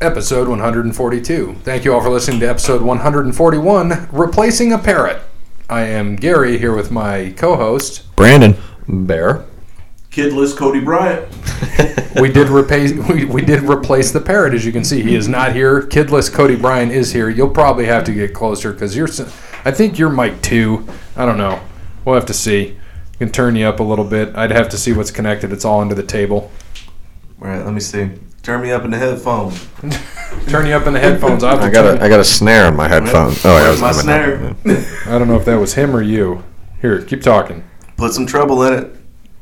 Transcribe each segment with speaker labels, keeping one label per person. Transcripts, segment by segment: Speaker 1: episode 142. Thank you all for listening to episode 141, Replacing a Parrot. I am Gary here with my co host,
Speaker 2: Brandon.
Speaker 3: Bear.
Speaker 4: Kidless Cody Bryant.
Speaker 1: we did replace we, we did replace the parrot as you can see he is not here kidless cody bryan is here you'll probably have to get closer because you're s- i think you're mic two i don't know we'll have to see we can turn you up a little bit i'd have to see what's connected it's all under the table
Speaker 4: All right, let me see. Turn me up in the headphone.
Speaker 1: turn you up in the headphones I'll have to
Speaker 2: I got
Speaker 1: turn-
Speaker 2: a I got a snare in my headphone. Oh, yeah, I
Speaker 4: Where's
Speaker 2: was
Speaker 4: my
Speaker 2: I'm in-
Speaker 4: snare?
Speaker 1: i don't know if that was him or you here keep talking
Speaker 4: Put some trouble in it.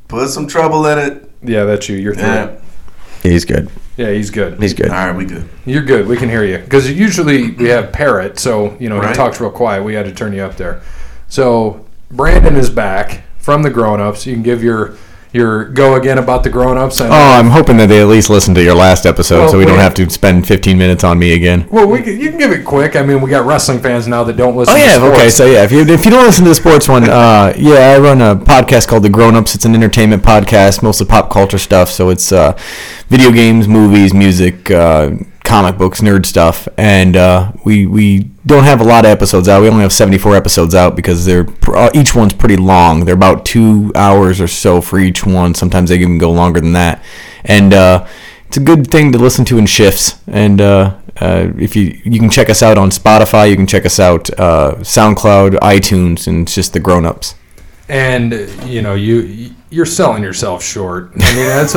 Speaker 4: Put some trouble in it.
Speaker 1: yeah that's you you're through
Speaker 4: Yeah.
Speaker 2: He's good.
Speaker 1: yeah he's good
Speaker 2: He's good.
Speaker 4: All right, we good.
Speaker 1: you're good we can hear you because usually we have parrot so you know he
Speaker 4: Right.
Speaker 1: talks real quiet we had to turn you up there So Brandon is back from the grown-ups. You can give your your go again about the grown-ups. And,
Speaker 2: Oh, I'm hoping that they at least listened to your last episode,
Speaker 1: Well,
Speaker 2: so we don't
Speaker 1: we-
Speaker 2: have to spend 15 minutes on me again.
Speaker 1: well, we can, you can give it quick. I mean, we got wrestling fans now that don't listen.
Speaker 2: Oh
Speaker 1: to
Speaker 2: yeah,
Speaker 1: sports.
Speaker 2: okay. So yeah, if you if you don't listen to the sports one, uh, yeah, I run a podcast called The Grown Ups. It's an entertainment podcast, mostly pop culture stuff. So it's uh, video games, movies, music, uh, comic books, nerd stuff, and uh, we we don't have a lot of episodes out. We only have 74 episodes out because they're pr- uh, each one's pretty long. They're about two hours or so for each one. Sometimes they can go longer than that, and. Uh, it's a good thing to listen to in shifts. And uh, uh, if you you can check us out on Spotify, you can check us out uh, SoundCloud, iTunes, and it's just the grown ups.
Speaker 1: and you know you you're selling yourself short. I mean, that's.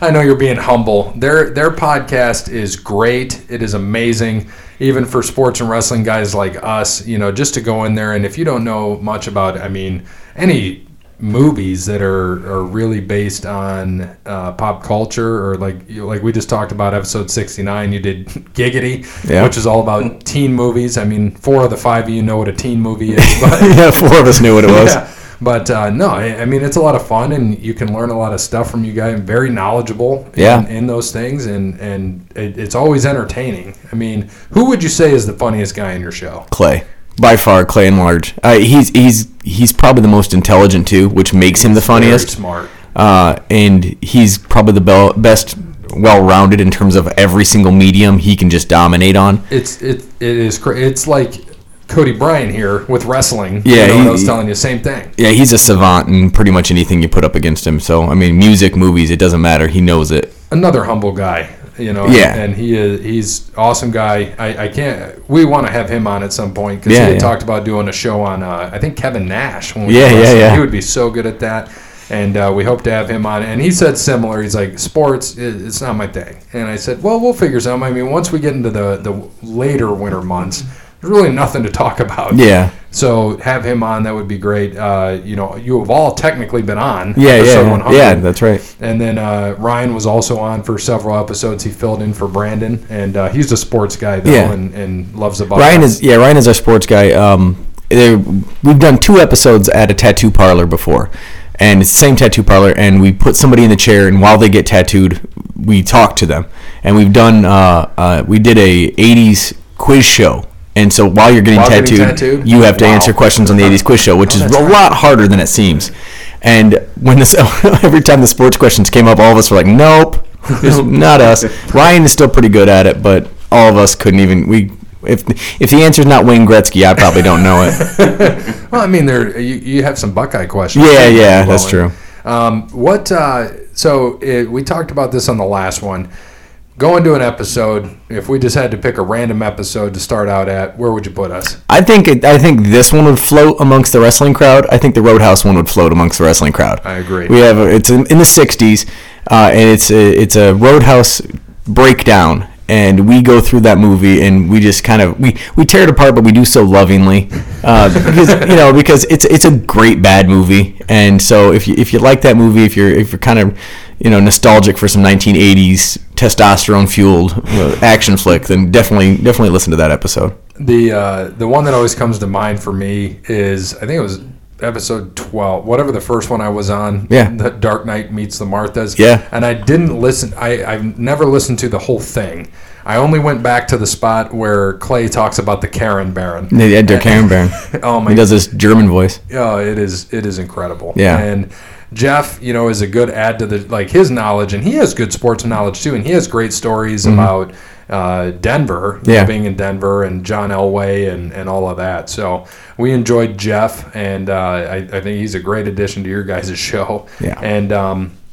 Speaker 1: I know you're being humble. Their their podcast is great. It is amazing, even for sports and wrestling guys like us. You know, just to go in there and if you don't know much about, I mean, any movies that are, are really based on uh, pop culture or like you, like we just talked about episode 69 you did giggity
Speaker 2: Yeah.
Speaker 1: which is all about teen movies i mean four of the five of you know what a teen movie is but
Speaker 2: yeah, four of us knew what it was.
Speaker 1: yeah. But uh, no, I, I mean it's a lot of fun, and you can learn a lot of stuff from you guys. Very knowledgeable, in,
Speaker 2: Yeah.
Speaker 1: in those things, and and it, it's always entertaining. I mean, who would you say is the funniest guy in your show?
Speaker 2: Clay. By far, Clay and Large. Uh, he's he's he's probably the most intelligent too, which makes him the
Speaker 1: Very
Speaker 2: funniest.
Speaker 1: smart.
Speaker 2: Uh, and he's probably the bel best, well-rounded in terms of every single medium he can just dominate on.
Speaker 1: It's it it is cra- it's like Cody Bryan here with wrestling.
Speaker 2: Yeah,
Speaker 1: you know,
Speaker 2: he-
Speaker 1: I was
Speaker 2: he-
Speaker 1: telling you same thing.
Speaker 2: Yeah, he's a savant in pretty much anything you put up against him. So I mean, music, movies, it doesn't matter. He knows it.
Speaker 1: Another humble guy, you know.
Speaker 2: Yeah.
Speaker 1: and he is he's awesome guy. I, I can't. We want to have him on at some point because
Speaker 2: Yeah,
Speaker 1: he had
Speaker 2: yeah.
Speaker 1: talked about doing a show on uh, I think Kevin Nash. When we
Speaker 2: Yeah,
Speaker 1: did
Speaker 2: yeah,
Speaker 1: wrestling.
Speaker 2: yeah.
Speaker 1: He would be so good at that. And uh, we hope to have him on. And he said similar. He's like, sports, i- it's not my thing. And I said, well, we'll figure something. I mean, once we get into the, the later winter months, there's really nothing to talk about.
Speaker 2: Yeah.
Speaker 1: So have him on. That would be great. Uh, you know, you have all technically been on.
Speaker 2: Yeah,
Speaker 1: episode
Speaker 2: yeah,
Speaker 1: 100.
Speaker 2: yeah. That's right.
Speaker 1: And then uh, Ryan was also on for several episodes. He filled in for Brandon, and uh, he's a sports guy though,
Speaker 2: Yeah.
Speaker 1: and, and loves the ball.
Speaker 2: Ryan is yeah. Ryan is our sports guy. Um, there, we've done two episodes at a tattoo parlor before, and it's the same tattoo parlor. And we put somebody in the chair, and while they get tattooed, we talk to them. And we've done uh, uh, we did a '80s quiz show. And so while you're getting,
Speaker 1: While getting
Speaker 2: tattooed,
Speaker 1: tattooed?
Speaker 2: you have to
Speaker 1: Wow. Oh,
Speaker 2: answer questions on the '80s quiz show, which is a lot harder than it seems. And when this, every time the sports questions came up, all of us were like, "Nope, not us." Ryan is still pretty good at it, but all of us couldn't even. We if if the answer's not Wayne Gretzky, I probably don't know it.
Speaker 1: Well, I mean, there you, you have some Buckeye questions.
Speaker 2: Yeah,
Speaker 1: too,
Speaker 2: yeah,
Speaker 1: Roland.
Speaker 2: that's true.
Speaker 1: Um, what? Uh, so it, we talked about this on the last one. Going to an episode, if we just had to pick a random episode to start out at, where would you put us?
Speaker 2: I think it, I think this one would float amongst the wrestling crowd. I think the Roadhouse one would float amongst the wrestling crowd.
Speaker 1: I agree.
Speaker 2: We have it's in in the '60s, uh, and it's a, it's a Roadhouse breakdown, and we go through that movie, and we just kind of we, we tear it apart, but we do so lovingly, uh, because you know because it's it's a great bad movie, and so if you if you like that movie, if you're if you're kind of you know nostalgic for some 1980s testosterone fueled uh, action flick, then definitely definitely listen to that episode.
Speaker 1: The uh, the one that always comes to mind for me is I think it was episode twelve, whatever the first one I was on.
Speaker 2: Yeah.
Speaker 1: The Dark Knight meets the Marthas.
Speaker 2: Yeah.
Speaker 1: And I didn't listen. I I've never listened to the whole thing. I only went back to the spot where Clay talks about the Karen Baron.
Speaker 2: Yeah, yeah, Dirk Cameron.
Speaker 1: Oh my
Speaker 2: He does this German voice.
Speaker 1: Oh, it is it is incredible.
Speaker 2: Yeah.
Speaker 1: And Jeff, you know, is a good add to the like his knowledge and he has good sports knowledge too and he has great stories about uh, Denver, you know,
Speaker 2: Mm-hmm. Yeah.
Speaker 1: being in Denver and John Elway and, and all of that. So we enjoyed Jeff, and uh, I, I think he's a great addition to your guys' show.
Speaker 2: Yeah.
Speaker 1: And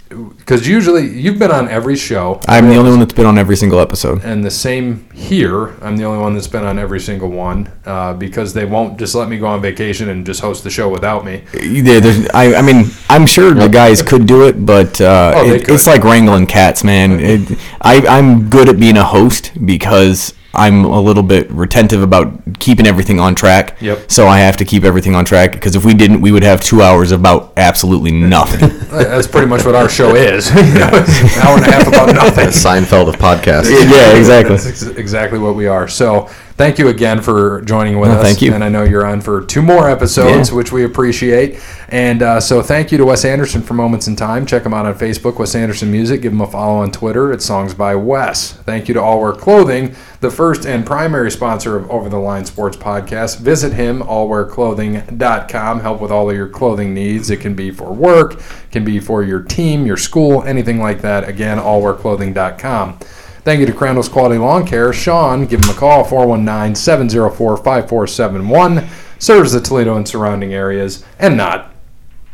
Speaker 1: because usually you've been on every show,
Speaker 2: I'm the only one that's been on every single episode.
Speaker 1: and the same here. I'm the only one that's been on every single one uh, because they won't just let me go on vacation and just host the show without me.
Speaker 2: Yeah, there's, I, I mean, I'm sure the guys could do it, but uh,
Speaker 1: Oh, they
Speaker 2: it,
Speaker 1: could.
Speaker 2: it's like wrangling cats, man. It, I, I'm good at being a host because I'm a little bit retentive about keeping everything on track.
Speaker 1: Yep.
Speaker 2: So I have to keep everything on track because if we didn't, we would have two hours of about absolutely nothing.
Speaker 1: That's pretty much what our show is. You know, it's an hour and a half about nothing.
Speaker 3: The Seinfeld of podcasts.
Speaker 2: yeah, exactly.
Speaker 1: That's ex- exactly what we are. So, thank you again for joining with
Speaker 2: No,
Speaker 1: us.
Speaker 2: thank you.
Speaker 1: And I know you're on for two more episodes, which we appreciate. And uh, so, thank you to Wes Anderson for Moments in Time. Check him out on Facebook, Wes Anderson Music. Give him a follow on Twitter at Songs by Wes. Thank you to All Wear Clothing, the first and primary sponsor of Over the Line Sports Podcast. Visit him, allwearclothing.com. Help with all of your clothing needs. It can be for work, can be for your team, your school, anything like that. Again, allwearclothing.com. Thank you to Crandall's Quality Lawn Care. Sean, give him a call, 419 704 5471. Serves the Toledo and surrounding areas and not.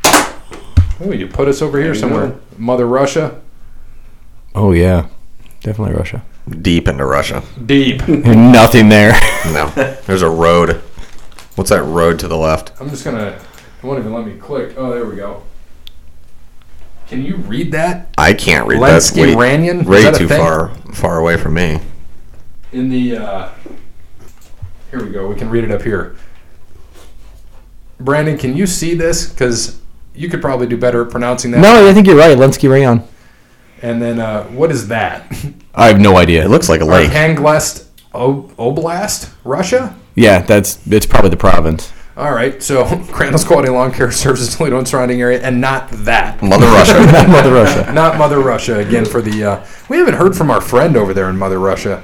Speaker 1: Oh, you put us over here somewhere. Mother Russia.
Speaker 2: Oh yeah, definitely Russia.
Speaker 3: Deep into Russia.
Speaker 1: Deep.
Speaker 2: Nothing there.
Speaker 3: No. There's a road. What's that road to the left?
Speaker 1: I'm just going to. It won't even let me click. Oh, there we go. Can you read that?
Speaker 3: I can't read that.
Speaker 1: Lensky
Speaker 3: Way,
Speaker 1: Ranyan? Is
Speaker 3: way
Speaker 1: that a
Speaker 3: too
Speaker 1: thing?
Speaker 3: far far away from me.
Speaker 1: In the. Uh, here we go. We can read it up here. Brandon, can you see this? Because you could probably do better at pronouncing that.
Speaker 2: no, I think you're right. Lensky Rayon.
Speaker 1: And then uh, what is that?
Speaker 2: I have no idea.
Speaker 3: It looks like a lake.
Speaker 1: Panglest o- Oblast, Russia?
Speaker 2: Yeah, that's it's probably the province.
Speaker 1: All right, so Crandall's Quality Lawn Care serves the Toledo and surrounding area, and not that.
Speaker 3: Mother Russia.
Speaker 2: Mother Russia.
Speaker 1: Not Mother Russia again for the. Uh, we haven't heard from our friend over there in Mother Russia.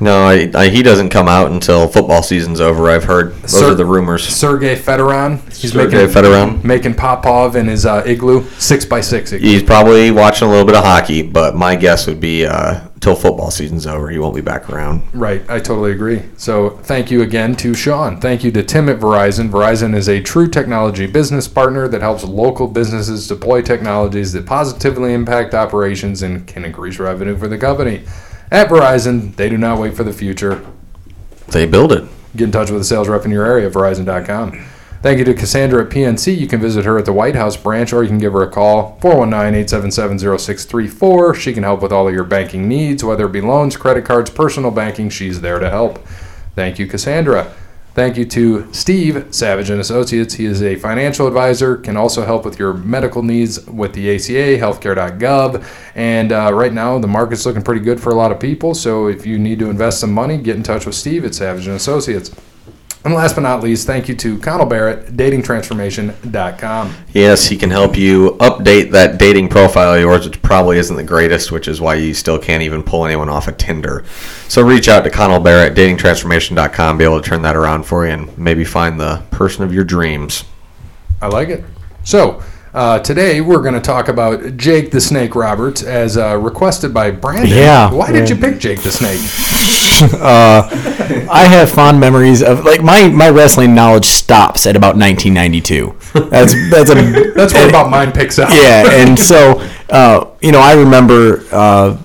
Speaker 3: No, I, I, he doesn't come out until football season's over. I've heard those
Speaker 1: Sir-
Speaker 3: are the rumors.
Speaker 1: Sergey Fedorov. He's
Speaker 3: Sergey
Speaker 1: making
Speaker 3: Fedorov.
Speaker 1: making Popov in his uh, igloo six by six igloo.
Speaker 3: He's probably watching a little bit of hockey, but my guess would be uh, till football season's over, he won't be back around.
Speaker 1: Right, I totally agree. So thank you again to Sean. Thank you to Tim at Verizon. Verizon is a true technology business partner that helps local businesses deploy technologies that positively impact operations and can increase revenue for the company. At Verizon, they do not wait for the future.
Speaker 3: They build it.
Speaker 1: Get in touch with a sales rep in your area, verizon.com. Thank you to Cassandra at PNC. You can visit her at the White House branch or you can give her a call, 419 877 0634. She can help with all of your banking needs, whether it be loans, credit cards, personal banking. She's there to help. Thank you, Cassandra. Thank you to Steve Savage and Associates. He is a financial advisor, can also help with your medical needs with the ACA, healthcare.gov. And uh, right now, the market's looking pretty good for a lot of people. So if you need to invest some money, get in touch with Steve at Savage and Associates. And last but not least, thank you to Connell Barrett, datingtransformation.com.
Speaker 3: Yes, he can help you update that dating profile of yours, which probably isn't the greatest, which is why you still can't even pull anyone off of Tinder. So reach out to Connell Barrett, datingtransformation.com, be able to turn that around for you and maybe find the person of your dreams.
Speaker 1: I like it. So uh, today we're going to talk about Jake the Snake Roberts as uh, requested by Brandon.
Speaker 2: Yeah.
Speaker 1: Why did
Speaker 2: Yeah.
Speaker 1: you pick Jake the Snake?
Speaker 2: I have fond memories of like my, my wrestling knowledge stops at about 1992. That's that's a
Speaker 1: That's what about mine picks up.
Speaker 2: yeah, and so uh, you know, I remember uh,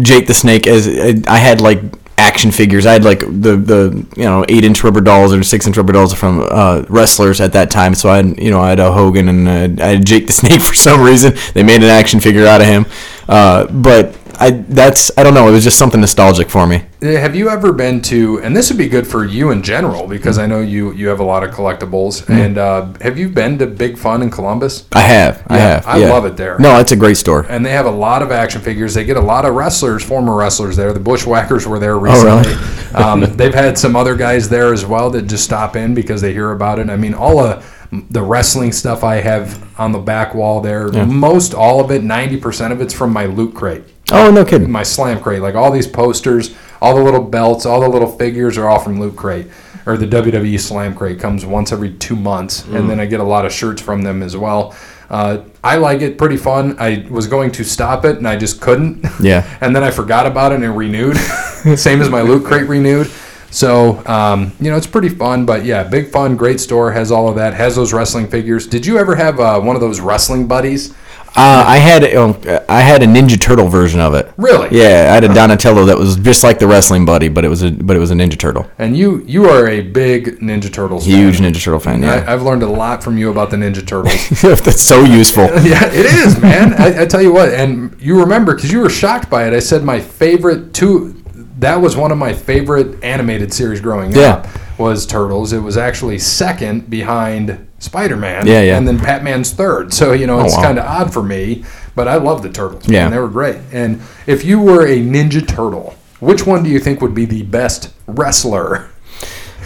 Speaker 2: Jake the Snake as I had like action figures. I had like the the you know eight inch rubber dolls or six inch rubber dolls from uh, wrestlers at that time. So I had you know I had a Hogan and uh, I had Jake the Snake for some reason. They made an action figure out of him, uh, but I that's I don't know. It was just something nostalgic for me.
Speaker 1: Uh, Have you ever been to? And this would be good for you in general because I know you you have a lot of collectibles.
Speaker 2: Mm-hmm.
Speaker 1: And uh, have you been to Big Fun in Columbus?
Speaker 2: I have. I
Speaker 1: Yeah,
Speaker 2: have.
Speaker 1: I
Speaker 2: yeah.
Speaker 1: love it there.
Speaker 2: No, it's a great store.
Speaker 1: And they have a lot of action figures. They get a lot of wrestlers, former wrestlers there. The Bushwhackers were there recently. um, they've had some other guys there as well that just stop in because they hear about it. I mean, all of the wrestling stuff I have on the back wall there, most all of it, 90% of it's from my loot crate
Speaker 2: Oh, no kidding.
Speaker 1: my slam crate. Like all these posters, all the little belts, all the little figures are all from Loot Crate. or the WWE Slam Crate comes once every two months, and then I get a lot of shirts from them as well. Uh, I like it, pretty fun. I was going to stop it, and I just couldn't.
Speaker 2: Yeah.
Speaker 1: and then I forgot about it and it renewed. Same as my Loot Crate renewed. So, um, you know, it's pretty fun, but yeah, big fun, great store, has all of that, has those wrestling figures. Did you ever have uh, one of those wrestling buddies?
Speaker 2: Uh, I had oh, I had a Ninja Turtle version of it.
Speaker 1: Really? Oh.
Speaker 2: Yeah, I had a Donatello that was just like the wrestling buddy, but it was a but it was a Ninja Turtle.
Speaker 1: And you you are a big Ninja Turtles fan.
Speaker 2: Huge Ninja Turtle fan. Yeah,
Speaker 1: I, I've learned a lot from you about the Ninja Turtles.
Speaker 2: that's so useful.
Speaker 1: yeah, it is, man. I, I tell you what, and you remember because you were shocked by it. I said my favorite two. That was one of my favorite animated series growing
Speaker 2: Yeah.
Speaker 1: up. Was Turtles. It was actually second behind Spider Man.
Speaker 2: Yeah, yeah.
Speaker 1: And then Batman's third. So you know it's
Speaker 2: wow.
Speaker 1: kind of odd for me, but I love the Turtles.
Speaker 2: Yeah.
Speaker 1: man. they were great. And if you were a Ninja Turtle, which one do you think would be the best wrestler?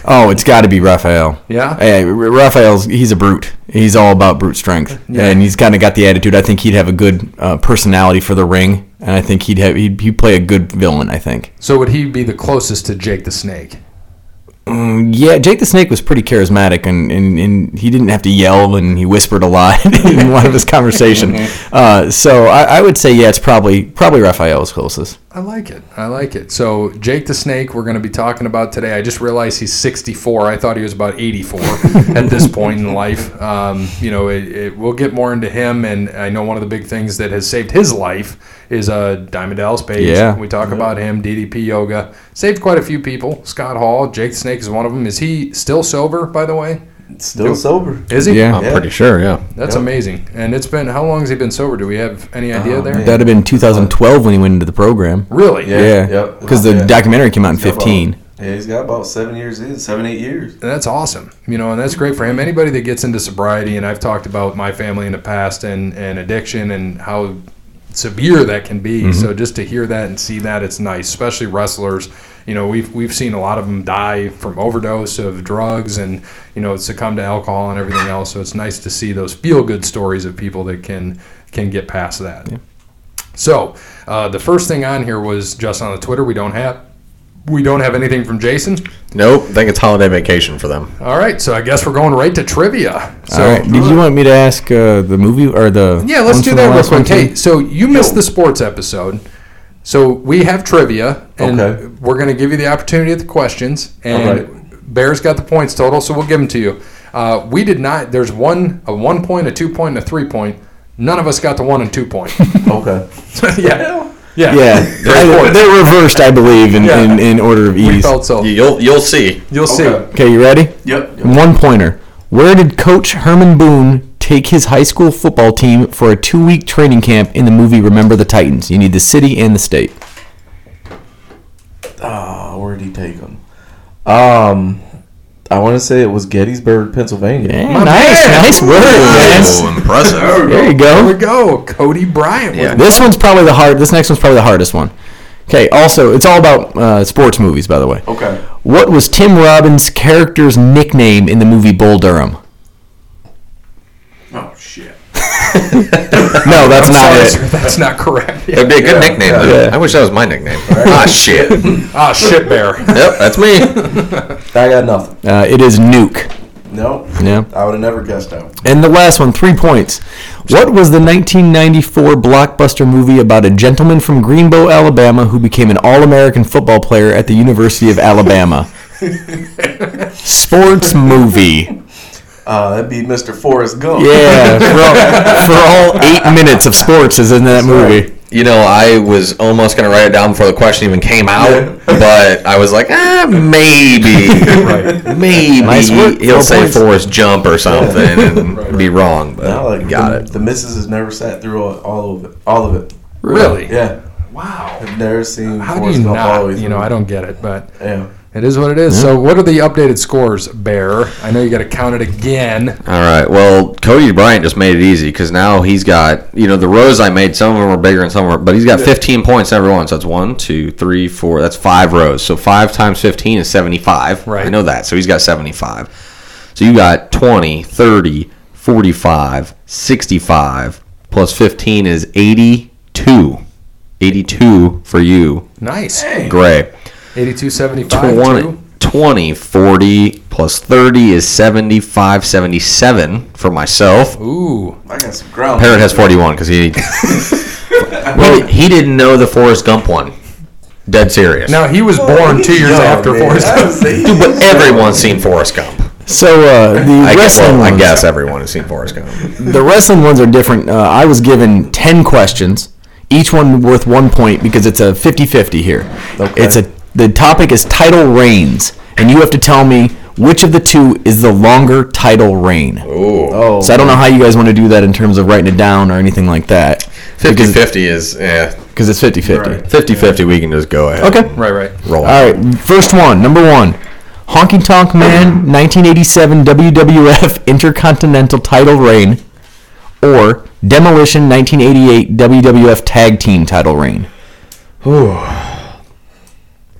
Speaker 2: Oh, it's got to be Raphael.
Speaker 1: Yeah?
Speaker 2: Hey, R- Raphael's he's a brute. He's all about brute strength, and he's kind of got the attitude. I think he'd have a good uh, personality for the ring, and I think he'd have he'd, he'd play a good villain. I think.
Speaker 1: So would he be the closest to Jake the Snake?
Speaker 2: Mm, Yeah, Jake the Snake was pretty charismatic, and, and, and he didn't have to yell, and he whispered a lot in one of his conversation.
Speaker 1: Mm-hmm.
Speaker 2: Uh, so I, I would say, yeah, it's probably probably Raphael's closest.
Speaker 1: I like it. I like it. So Jake the Snake, we're going to be talking about today. I just realized he's 64. I thought he was about 84 at this point in life. Um, you know, it, it, we'll get more into him, and I know one of the big things that has saved his life is uh, Diamond Dallas Page.
Speaker 2: Yeah.
Speaker 1: we talk about him. DDP Yoga saved quite a few people. Scott Hall, Jake the Snake is one of them. Is he still sober? By the way,
Speaker 4: Still sober.
Speaker 1: is he?
Speaker 2: Yeah.
Speaker 3: I'm pretty sure, yeah.
Speaker 1: That's
Speaker 4: Yep.
Speaker 1: amazing. And it's been how long has he been sober? Do we have any idea
Speaker 4: Oh,
Speaker 1: there?
Speaker 4: man.
Speaker 2: That'd have been 2012 when he went into the program.
Speaker 1: Really?
Speaker 4: Yeah.
Speaker 2: Yeah,
Speaker 4: yep.
Speaker 2: because the
Speaker 4: Yeah.
Speaker 2: documentary came out in
Speaker 4: He's got about-
Speaker 2: 15.
Speaker 4: Yeah, he's got about seven years in, seven, eight years.
Speaker 1: that's awesome you know and that's great for him anybody that gets into sobriety and i've talked about my family in the past and and addiction and how severe that can be so just to hear that and see that it's nice especially wrestlers you know we've we've seen a lot of them die from overdose of drugs and you know succumb to alcohol and everything else so it's nice to see those feel good stories of people that can can get past that so uh, the first thing on here was just on the twitter we don't have we don't have anything from jason
Speaker 3: Nope, I think it's holiday vacation for them.
Speaker 1: all right, so I guess we're going right to trivia. So
Speaker 2: All right. Did you want me to ask uh, the movie or the?
Speaker 1: yeah, let's
Speaker 2: ones
Speaker 1: do
Speaker 2: from
Speaker 1: that
Speaker 2: the
Speaker 1: real
Speaker 2: last one,
Speaker 1: quick.
Speaker 2: too?
Speaker 1: Hey, so you missed the sports episode. So we have trivia, and
Speaker 4: Okay.
Speaker 1: we're going to give you the opportunity at the questions.
Speaker 4: All
Speaker 1: And Bears got the points total, so we'll give them to you. Uh, we did not. There's one a one point, a two point, and a three point. None of us got the one and two point.
Speaker 4: Okay.
Speaker 1: yeah, yeah,
Speaker 2: Yeah, I- they're reversed, I believe, in,
Speaker 1: Yeah.
Speaker 2: in, in order of
Speaker 1: We
Speaker 2: ease.
Speaker 1: felt so.
Speaker 3: You'll you'll see.
Speaker 1: You'll see.
Speaker 4: Okay.
Speaker 2: Okay, you ready?
Speaker 4: Yep. yep.
Speaker 2: One pointer. Where did Coach Herman Boone take his high school football team for a two week training camp in the movie Remember the Titans? You need the city and the state.
Speaker 4: Ah, where did he take him? Um, I want to say it was Gettysburg, Pennsylvania.
Speaker 2: Yeah, nice, nice word, man.
Speaker 3: Oh, impressive.
Speaker 2: There you
Speaker 1: Here we
Speaker 2: go.
Speaker 1: go. Cody Bryant. with
Speaker 3: Yeah.
Speaker 2: This one's probably the hard. This next one's probably the hardest one. Okay. Also, it's all about uh, sports movies, by the way.
Speaker 4: Okay.
Speaker 2: What was Tim Robbins' character's nickname in the movie Bull Durham?
Speaker 4: Oh shit.
Speaker 2: No, that's
Speaker 1: I'm
Speaker 2: not
Speaker 1: sorry,
Speaker 2: it.
Speaker 1: sir, That's not correct. Yeah.
Speaker 3: That'd be a good
Speaker 4: Yeah,
Speaker 3: nickname,
Speaker 4: yeah.
Speaker 3: though.
Speaker 2: Yeah.
Speaker 3: I wish that was my nickname. Ah, shit. yep,
Speaker 1: Ah, shit, bear.
Speaker 3: that's me.
Speaker 4: I got nothing.
Speaker 2: Uh, it is Nuke.
Speaker 4: No.
Speaker 2: Yeah.
Speaker 4: I would have never guessed that.
Speaker 2: And the last one, three points. What was the 1994 blockbuster movie about a gentleman from Greenbow, Alabama, who became an All-American football player at the University of Alabama? Sports movie.
Speaker 4: Uh, that'd be Mr. Forrest Gump.
Speaker 2: Yeah, for all, for all eight minutes of sports is in that movie.
Speaker 3: You know, I was almost gonna write it down before the question even came out,
Speaker 4: Yeah.
Speaker 3: but I was like, ah, maybe,
Speaker 1: Right.
Speaker 3: maybe
Speaker 2: Nice work.
Speaker 3: he'll
Speaker 2: No
Speaker 3: say
Speaker 2: points.
Speaker 3: Forrest Jump or something and be wrong, but
Speaker 4: I like
Speaker 3: got
Speaker 4: the,
Speaker 3: it.
Speaker 4: The missus has never sat through all, all of it. All of it.
Speaker 1: Really?
Speaker 4: Yeah.
Speaker 1: Wow.
Speaker 4: I've never seen
Speaker 1: How do
Speaker 4: Forrest
Speaker 1: you
Speaker 4: Gump all the way
Speaker 1: not? You know,
Speaker 4: through.
Speaker 1: I don't get it, but
Speaker 4: Yeah.
Speaker 1: it is what it is. So, what are the updated scores, Bear? I know you got to count it again.
Speaker 3: All right. Well, Cody Bryant just made it easy because now he's got you know the rows I made. Some of them were bigger and some were, but he's got 15 points in every one. So that's one, two, three, four. That's five rows. So five times 15 is 75.
Speaker 1: Right.
Speaker 3: I know that. So he's got 75. So you got 20, 30, 45, 65 plus 15 is 82. 82 for you,
Speaker 1: Nice.
Speaker 3: Gray.
Speaker 1: Eighty-two seventy-five.
Speaker 3: 20,
Speaker 1: two.
Speaker 3: 20, 40 plus 30 is 75, 77 for myself.
Speaker 1: Ooh,
Speaker 4: I got some ground.
Speaker 3: Parrot has 41 because he Well, he didn't know the Forrest Gump one. Dead serious.
Speaker 1: now he was born two years
Speaker 4: Yo,
Speaker 1: after
Speaker 4: man,
Speaker 1: Forrest.
Speaker 4: I
Speaker 1: Gump.
Speaker 4: would say-
Speaker 3: Dude, but everyone's seen Forrest Gump.
Speaker 2: So uh, the
Speaker 3: I guess,
Speaker 2: wrestling
Speaker 3: well, I
Speaker 2: ones-
Speaker 3: guess everyone has seen Forrest Gump.
Speaker 2: the wrestling ones are different. Uh, I was given 10 questions, each one worth one point because it's a 50 50 here.
Speaker 4: Okay.
Speaker 2: It's a The topic is title reigns, and you have to tell me which of the two is the longer title reign.
Speaker 4: Oh,
Speaker 2: So I don't know how you guys want to do that in terms of writing it down or anything like that
Speaker 3: 50 50 is, eh.
Speaker 2: because it's 50 50.
Speaker 4: Right.
Speaker 3: 50 50, we can just go ahead.
Speaker 2: Okay.
Speaker 3: and
Speaker 1: Right, right.
Speaker 3: Roll.
Speaker 2: All right, first one, number one. Honky Tonk Man 1987 WWF Intercontinental Title Reign or Demolition 1988 WWF Tag Team Title Reign.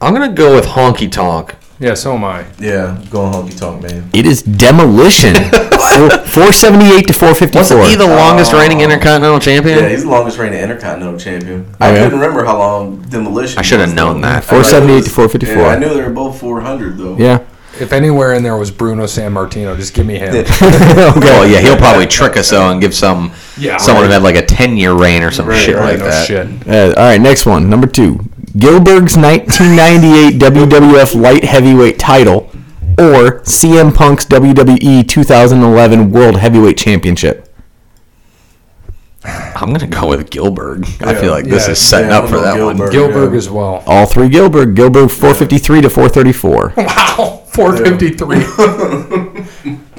Speaker 3: I'm going to go with Honky Tonk.
Speaker 1: Yeah, so am I.
Speaker 4: yeah, going honky tonk, man.
Speaker 2: It is Demolition. Four- 478 to 454.
Speaker 3: Wasn't he the longest reigning Intercontinental Champion?
Speaker 4: Yeah, he's the longest reigning Intercontinental champion. I
Speaker 2: Oh, yeah?
Speaker 4: couldn't remember how long Demolition.
Speaker 3: I should have
Speaker 4: was,
Speaker 3: known
Speaker 4: though.
Speaker 3: that.
Speaker 4: I thought it
Speaker 2: 478
Speaker 4: was-
Speaker 2: to 454.
Speaker 4: Yeah, I knew they were both 400 though.
Speaker 2: Yeah.
Speaker 1: If anywhere in there was Bruno San Martino, just give me him.
Speaker 3: Well, Oh, yeah, he'll probably trick us though and give some
Speaker 1: Yeah,
Speaker 3: someone who
Speaker 1: right.
Speaker 3: had like a ten year reign or some
Speaker 4: Right,
Speaker 3: shit
Speaker 4: right,
Speaker 3: like
Speaker 1: no
Speaker 3: that.
Speaker 1: shit.
Speaker 2: Uh, all right, next one. Number two. Gilbert's 1998 WWF Light Heavyweight Title or CM Punk's E WWE 2011 World Heavyweight Championship.
Speaker 3: I'm gonna go with Gilbert. I
Speaker 4: Yeah,
Speaker 3: feel like this
Speaker 1: yeah,
Speaker 3: is setting
Speaker 4: yeah,
Speaker 3: up
Speaker 4: I'm
Speaker 3: for
Speaker 4: gonna
Speaker 3: that
Speaker 4: go
Speaker 3: one.
Speaker 4: Gilbert.
Speaker 1: Gilberg
Speaker 4: Yeah.
Speaker 1: as well.
Speaker 2: All three Gilbert. Gilbert 453 to 434. All
Speaker 1: Wow, 453.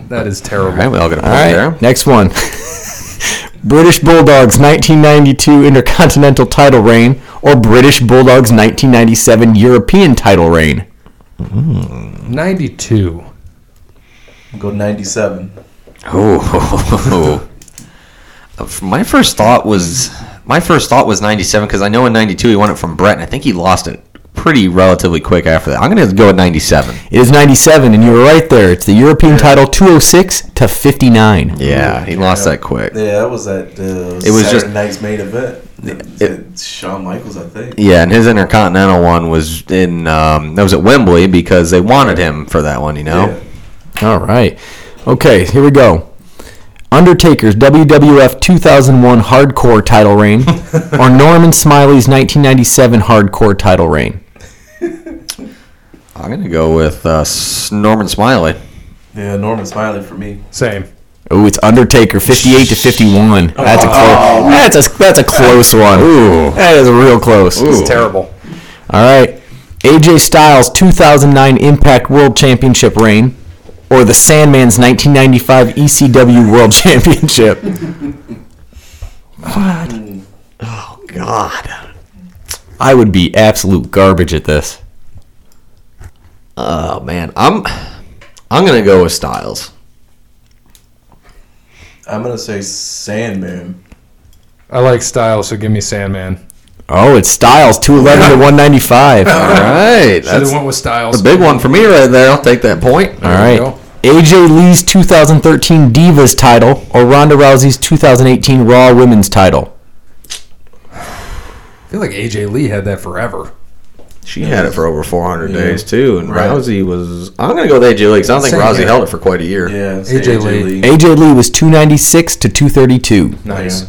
Speaker 1: that is terrible.
Speaker 3: All right, we all got a point
Speaker 2: right,
Speaker 3: there.
Speaker 2: next one. British Bulldogs 1992 Intercontinental Title Reign or British Bulldogs 1997 European Title Reign.
Speaker 1: 92.
Speaker 4: Go 97.
Speaker 3: Oh, my first thought was my first thought was '97 because I know in '92 he won it from Brett, and I think he lost it pretty relatively quick after that. I'm gonna go with '97.
Speaker 2: It is 97, and you were right there. It's the European title 206 to 59.
Speaker 3: Yeah, he lost that quick.
Speaker 4: Yeah, that was at the
Speaker 3: It was
Speaker 4: Saturday
Speaker 3: just-
Speaker 4: night's main event.
Speaker 3: it-
Speaker 4: Shawn Michaels, I think.
Speaker 3: Yeah, and his Intercontinental one was in um, that was at Wembley because they wanted him for that one. You know.
Speaker 4: Yeah.
Speaker 2: All right. Okay, here we go. Undertaker's WWF 2001 Hardcore title reign or Norman Smiley's 1997 Hardcore title reign.
Speaker 3: I'm gonna go with uh, S- Norman Smiley.
Speaker 4: Yeah, Norman Smiley for me.
Speaker 1: Same.
Speaker 2: Oh, it's Undertaker 58 to 51.
Speaker 1: Oh,
Speaker 2: That's a close. That's a that's a close one. Ooh. That is real close.
Speaker 1: It's terrible.
Speaker 2: All right. AJ Styles 2009 Impact World Championship reign or the Sandman's 1995 ECW World Championship.
Speaker 3: Oh God.
Speaker 2: I would be absolute garbage at this.
Speaker 3: Oh man, I'm I'm gonna go with Styles.
Speaker 4: I'm gonna say Sandman.
Speaker 1: I like style, so give me Sandman.
Speaker 2: Oh, it's Styles 211 to 195. All
Speaker 3: All right,
Speaker 1: Should
Speaker 3: that's
Speaker 1: have went with Styles.
Speaker 3: the big one for me right there. I'll take that point.
Speaker 1: All
Speaker 2: right. AJ Lee's 2013 Divas title or Ronda Rousey's 2018 Raw Women's title.
Speaker 1: I feel like AJ Lee had that forever.
Speaker 3: She had it for over 400
Speaker 4: Yeah.
Speaker 3: days too, and
Speaker 4: Right.
Speaker 3: Rousey was. I'm gonna go with AJ Lee because I don't think
Speaker 1: Same
Speaker 3: Rousey
Speaker 1: here.
Speaker 3: held it for quite a year.
Speaker 4: Yeah, say
Speaker 1: AJ Lee.
Speaker 2: AJ Lee was 296 to 232.
Speaker 1: Nice.
Speaker 4: Yeah.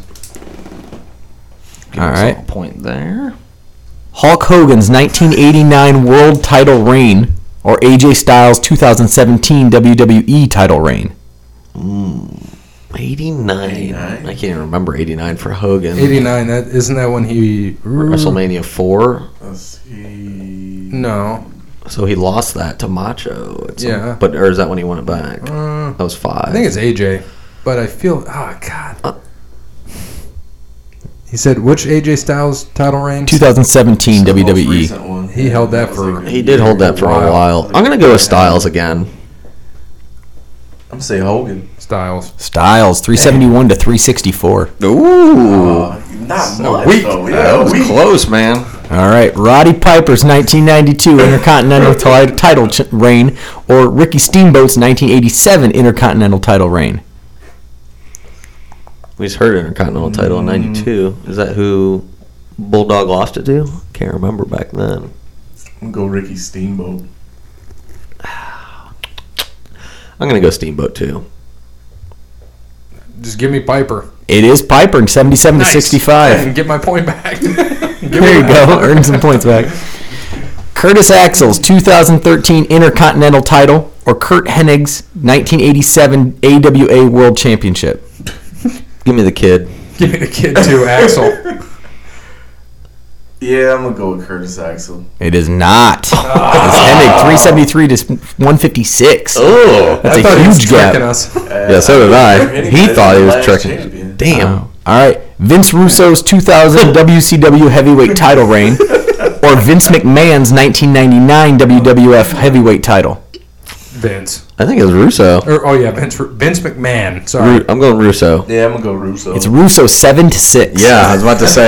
Speaker 3: Give us
Speaker 2: All right.
Speaker 3: a point there.
Speaker 2: Hulk Hogan's 1989 World title reign or AJ Styles' 2017 WWE E title reign.
Speaker 3: 89.
Speaker 4: 89.
Speaker 3: Hmm. I can't even remember 89 for Hogan.
Speaker 1: 89, that, isn't that when he.
Speaker 3: WrestleMania four.
Speaker 4: Let's see.
Speaker 1: No.
Speaker 3: So he lost that to Macho. at some-
Speaker 1: Yeah.
Speaker 3: But or is that when he won it back?
Speaker 1: Uh,
Speaker 3: that was five.
Speaker 1: I think it's AJ, but I feel. Oh, God.
Speaker 2: Uh.
Speaker 1: He said, which AJ Styles title reign?
Speaker 2: 2017
Speaker 4: The most
Speaker 2: WWE.
Speaker 4: recent one.
Speaker 1: He held that for-
Speaker 4: I'm
Speaker 3: E. he did hold that for a while. I'm gonna go with Styles again.
Speaker 4: gonna say Hogan.
Speaker 1: Styles.
Speaker 2: Styles 371 to 364.
Speaker 3: Ooh,
Speaker 4: Uh, not much.
Speaker 3: weak.
Speaker 4: Though. Yeah,
Speaker 3: that was
Speaker 4: weak.
Speaker 3: close, man.
Speaker 2: All right, Roddy Piper's 1992 Intercontinental ti- title ch- reign or Ricky Steamboat's 1987 Intercontinental title reign.
Speaker 3: We just heard Intercontinental title in '92. Is that who Bulldog lost it to? Can't remember back then.
Speaker 4: I'm gonna go Ricky Steamboat.
Speaker 3: I'm gonna go Steamboat too.
Speaker 1: Just give me Piper.
Speaker 2: It is Piper in 77 to 65.
Speaker 1: And get my point back. Give me
Speaker 2: There you
Speaker 1: that.
Speaker 2: go. Earn some points back. Curtis Axel's 2013 Intercontinental title or Kurt Hennig's 1987 AWA World Championship.
Speaker 3: Give me the kid.
Speaker 1: Give me the kid too, Axel.
Speaker 4: Yeah, I'm gonna go with Curtis Axel.
Speaker 2: It is not. It's Hennig 373 to 156.
Speaker 3: Oh,
Speaker 2: That's
Speaker 1: I
Speaker 2: a
Speaker 1: thought he was
Speaker 2: huge gap.
Speaker 1: tricking us.
Speaker 3: yeah. So did I. He thought he was tricking.
Speaker 4: tricking.
Speaker 3: Damn.
Speaker 2: All right. Vince Russo's 2000 WCW heavyweight title reign or Vince McMahon's 1999 WWF heavyweight title.
Speaker 1: Vince.
Speaker 3: I think it's Russo.
Speaker 1: Or, oh yeah, Vince. Vince McMahon. Sorry.
Speaker 3: Ru- I'm going Russo.
Speaker 4: Yeah, I'm gonna go Russo.
Speaker 2: It's Russo 7 to 6.
Speaker 3: Yeah, I was about to say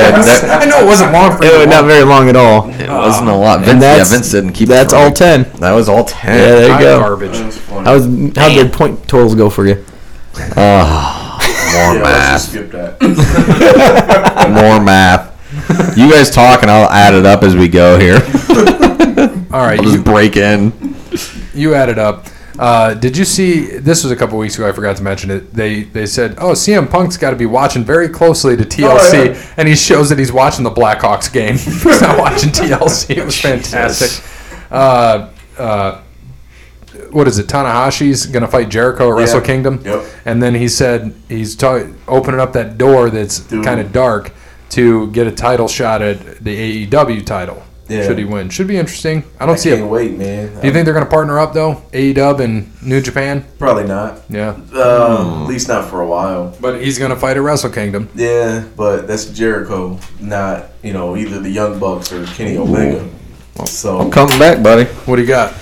Speaker 3: that
Speaker 1: I know it wasn't long for
Speaker 2: Eh,
Speaker 1: you.
Speaker 2: Not very long at all.
Speaker 3: it wasn't a lot. Vince,
Speaker 2: And
Speaker 3: yeah,
Speaker 2: that's-
Speaker 3: Vince didn't keep.
Speaker 2: That's
Speaker 3: it
Speaker 2: all
Speaker 3: right.
Speaker 2: 10.
Speaker 3: That was all ten.
Speaker 2: Yeah, there you go.
Speaker 1: Garbage.
Speaker 4: That was funny.
Speaker 2: How was how did point totals go for you?
Speaker 3: More
Speaker 4: yeah, let's just
Speaker 3: math.
Speaker 4: skip that.
Speaker 3: More math. You guys talk, and I'll add it up as we go here.
Speaker 1: All right,
Speaker 3: I'll
Speaker 1: you,
Speaker 3: just break in.
Speaker 1: you added up. Uh, did you see? This was a couple weeks ago. I forgot to mention it. They they said, "Oh, CM Punk's got to be watching very closely to TLC,"
Speaker 4: Oh, yeah.
Speaker 1: and he shows that he's watching the Blackhawks game. he's not watching TLC. It was fantastic. Uh, uh, what is it? Tanahashi's gonna fight Jericho at Wrestle Kingdom.
Speaker 4: Yep.
Speaker 1: And then he said he's ta- opening up that door that's
Speaker 4: Dude.
Speaker 1: kind of dark to get a title shot at the AEW title.
Speaker 4: Yeah.
Speaker 1: Should he win? Should be interesting. I don't
Speaker 4: I
Speaker 1: see it.
Speaker 4: can't wait, man.
Speaker 1: Do you think they're going to partner up though? AEW and New Japan.
Speaker 4: Probably not.
Speaker 1: Yeah,
Speaker 3: Hmm.
Speaker 4: Um, At least not for a while.
Speaker 1: but he's going to fight at Wrestle Kingdom.
Speaker 4: Yeah, but that's Jericho, not you know either the Young Bucks or Kenny Omega. So
Speaker 3: Coming back, buddy.
Speaker 1: What do you got?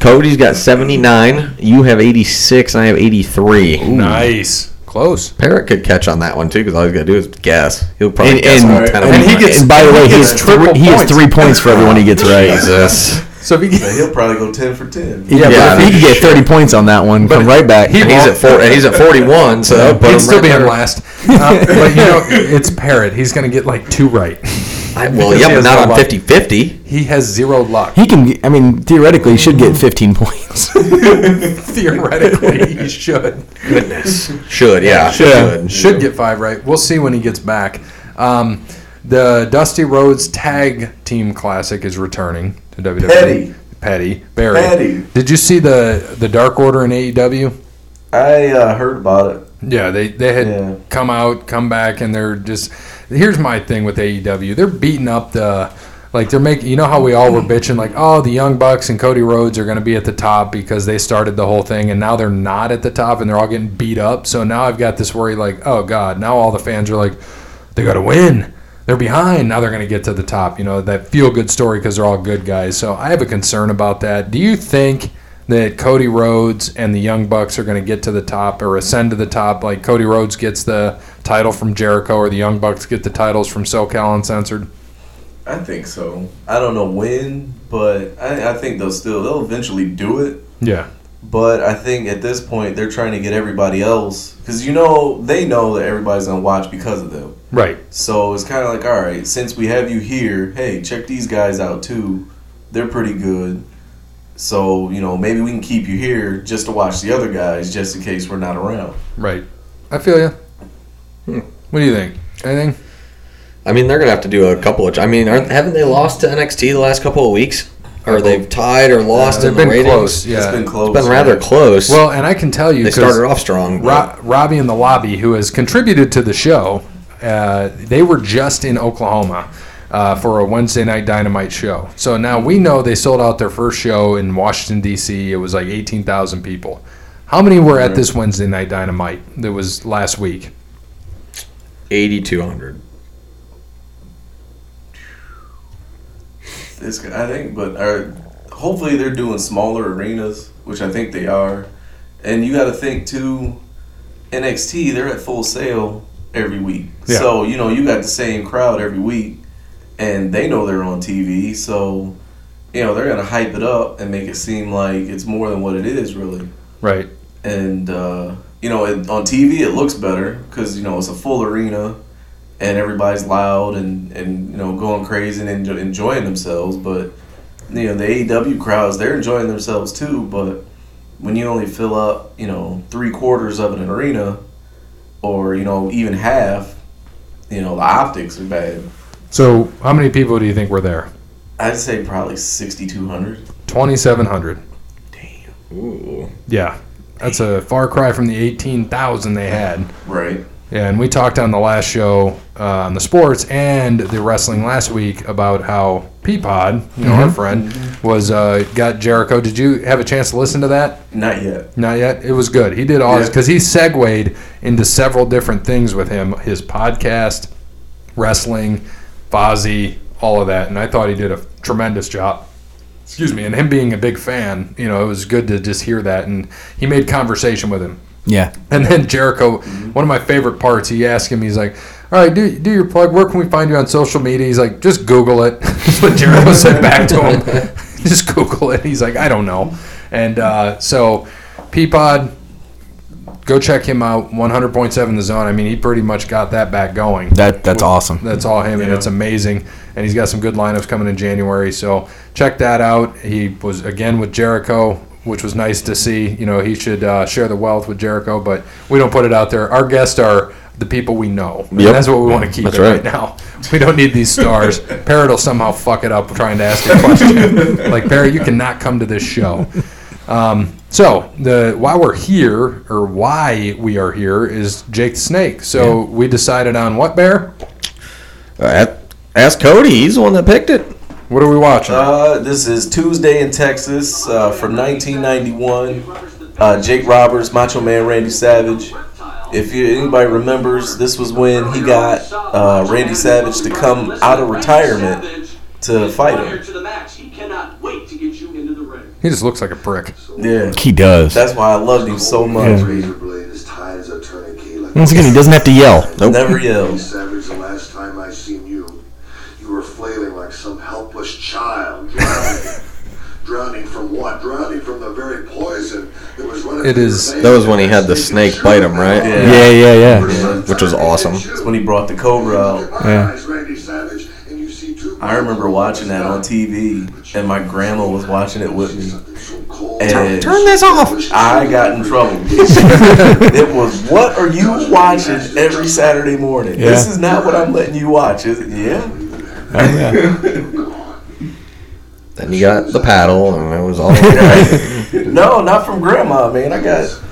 Speaker 3: Cody's got 79. You have 86, and I have 83.
Speaker 1: Nice, close.
Speaker 3: Parrot could catch on that one too, because all he's got to do is guess. He'll
Speaker 2: And-
Speaker 3: probably guess
Speaker 2: and-
Speaker 3: all ten of
Speaker 2: And,
Speaker 3: them.
Speaker 2: he gets, and by the way, he has,
Speaker 1: gets triple
Speaker 2: three, he has
Speaker 1: points.
Speaker 2: three points for everyone he gets right.
Speaker 3: Jesus.
Speaker 1: So if he
Speaker 4: but
Speaker 1: gets,
Speaker 4: he'll probably go ten for ten.
Speaker 2: Yeah,
Speaker 3: Yeah,
Speaker 2: but if he could get 30 points on that one, come right back.
Speaker 1: he-
Speaker 3: And he's at four. and He's at 41, so that'll put him
Speaker 1: he'd still
Speaker 3: right
Speaker 1: be in
Speaker 3: there.
Speaker 1: last. Uh, but you know, it's Parrot. He's going to get like two right.
Speaker 3: I- well,
Speaker 1: Because he
Speaker 3: yeah, but
Speaker 1: has
Speaker 3: not
Speaker 1: no
Speaker 3: on
Speaker 1: luck.
Speaker 3: 50-50.
Speaker 1: He has zero luck.
Speaker 2: he can, I mean, theoretically, he should get 15 points.
Speaker 1: Theoretically, he should
Speaker 3: Goodness. Should yeah.
Speaker 2: Should.
Speaker 3: Should.
Speaker 1: should get five right. We'll see when he gets back. Um, the Dusty Rhodes Tag Team Classic is returning to WWE.
Speaker 4: Petty.
Speaker 1: Petty. Barry.
Speaker 4: Petty.
Speaker 1: Did you see the the Dark Order in E AEW?
Speaker 4: I uh, heard about it.
Speaker 1: Yeah, they they had
Speaker 4: Yeah.
Speaker 1: come out, come back, and they're just. Here's my thing with AEW: they're beating up the, like they're making. You know how we all were bitching, like, oh, the Young Bucks and Cody Rhodes are going to be at the top because they started the whole thing, and now they're not at the top, and they're all getting beat up. So now I've got this worry, like, oh god, now all the fans are like, they got to win. They're behind now. They're going to get to the top. You know that feel good story because they're all good guys. So I have a concern about that. Do you think? that Cody Rhodes and the Young Bucks are going to get to the top or ascend to the top. Like Cody Rhodes gets the title from Jericho, or the Young Bucks get the titles from SoCal Uncensored.
Speaker 4: I think so. I don't know when, but I, I think they'll still they'll eventually do it.
Speaker 1: Yeah,
Speaker 4: But I think at this point they're trying to get everybody else because you know they know that everybody's gonna watch because of them.
Speaker 1: right.
Speaker 4: So it's kind of like, all right, since we have you here, hey, check these guys out too. They're pretty good. So, you know, maybe we can keep you here just to watch the other guys just in case we're not around.
Speaker 1: Right. I feel you. What do you think? Anything?
Speaker 3: I mean, they're gonna have to do a couple of. I mean, aren't, haven't they lost to NXT the last couple Uh, of weeks? Or they've tied or lost
Speaker 1: They've
Speaker 3: in the
Speaker 1: been
Speaker 3: ratings?
Speaker 1: close. Yeah.
Speaker 4: It's been close.
Speaker 3: It's been rather close.
Speaker 1: well, and I can tell you
Speaker 3: they
Speaker 1: 'cause
Speaker 3: started off strong. but-
Speaker 1: Ro- Robbie in the lobby, who has contributed to the show, uh, they were just in Oklahoma uh, for a Wednesday night Dynamite show. So now we know they sold out their first show in Washington D.C. It was like eighteen thousand people. How many were at this Wednesday night Dynamite that was last week?
Speaker 3: 8,200.
Speaker 4: It's, I think, but or, hopefully they're doing smaller arenas, which I think they are. And you got to think too, NXT they're at full sale every week,
Speaker 1: Yeah.
Speaker 4: so you know you got the same crowd every week, and they know they're on TV, so you know they're gonna hype it up and make it seem like it's more than what it is really.
Speaker 1: Right.
Speaker 4: And uh, you know it, on TV it looks better because you know it's a full arena. And everybody's loud and, and you know going crazy and enjoy, E enjoying themselves, but you know the AEW crowds they're enjoying themselves too, but when you only fill up, you know, three quarters of an arena, or you know, even half, you know, the optics are bad.
Speaker 1: So, how many people do you think were there?
Speaker 4: I'd say probably sixty two hundred.
Speaker 1: 2,700.
Speaker 4: Damn.
Speaker 3: Ooh.
Speaker 1: Yeah. That's a far cry from the 18,000 they had.
Speaker 4: Right.
Speaker 1: Yeah, and we talked on the last show uh, on the sports and the wrestling last week about how Peapod, you know, our friend, was uh, got Jericho. Did you have a chance to listen to that?
Speaker 4: Not yet.
Speaker 1: Not yet. It was good. He did all
Speaker 4: Yeah.
Speaker 1: because he segued into several different things with him, his podcast, wrestling, Fozzy, all of that, and I thought he did a tremendous job. Excuse me, and him being a big fan, you know, it was good to just hear that, and he made conversation with him.
Speaker 2: Yeah.
Speaker 1: And then Jericho, one of my favorite parts, he asked him, he's like, all right, do, do your plug. Where can we find you on social media? He's like, just Google it. That's what Jericho said back to him. just Google it. He's like, I don't know. And uh, so, Peapod, go check him out. 100.7 The Zone. I mean, he pretty much got that back going.
Speaker 2: That that's awesome.
Speaker 1: That's all him, and
Speaker 4: Yeah.
Speaker 1: it's amazing. And he's got some good lineups coming in January, so check that out. He was again with Jericho, which was nice to see. You know, he should uh, share the wealth with Jericho, but we don't put it out there. Our guests are the people we know. And
Speaker 3: Yep.
Speaker 1: That's what we want to keep
Speaker 3: That's
Speaker 1: it right.
Speaker 3: right.
Speaker 1: now. We don't need these stars. Parrot will somehow fuck it up trying to ask a question. like Parrot, you cannot come to this show. Um, so the why we're here or why we are here is Jake the Snake. So we decided on what bear?
Speaker 3: Uh, at- ask Cody. He's the one that picked it.
Speaker 1: What are we watching?
Speaker 4: Uh, this is Tuesday in Texas uh, from 1991. Uh, Jake Roberts, Macho Man Randy Savage. If you, anybody remembers, this was when he got uh, Randy Savage to come out of retirement to fight him.
Speaker 1: he just looks like a prick.
Speaker 4: Yeah,
Speaker 2: He does.
Speaker 4: that's why I loved him so much.
Speaker 5: Razor blade is tied as a tourniquet like
Speaker 2: Once again, he doesn't have to yell.
Speaker 3: Nope.
Speaker 4: Never yells.
Speaker 5: Savage, the last time I seen you, you were flailing like some helpless child, drowning. drowning from what? Drowning from the very poison that was running.
Speaker 1: It
Speaker 5: through
Speaker 1: is-
Speaker 5: your veins.
Speaker 3: That was when he had the snake bite him, right?
Speaker 4: Yeah.
Speaker 2: Yeah, yeah, yeah.
Speaker 3: Which was awesome.
Speaker 4: That's when he brought the Cobra out.
Speaker 2: Yeah.
Speaker 4: I remember watching that on TV, and my grandma was watching it with me. And
Speaker 3: Turn this off.
Speaker 4: I got in trouble. it was what are you watching every Saturday morning? This
Speaker 2: Yeah.
Speaker 4: is not what I'm letting you watch, is it? Yeah.
Speaker 3: Then you got the paddle, and it was all.
Speaker 4: No, not from grandma, man. I got.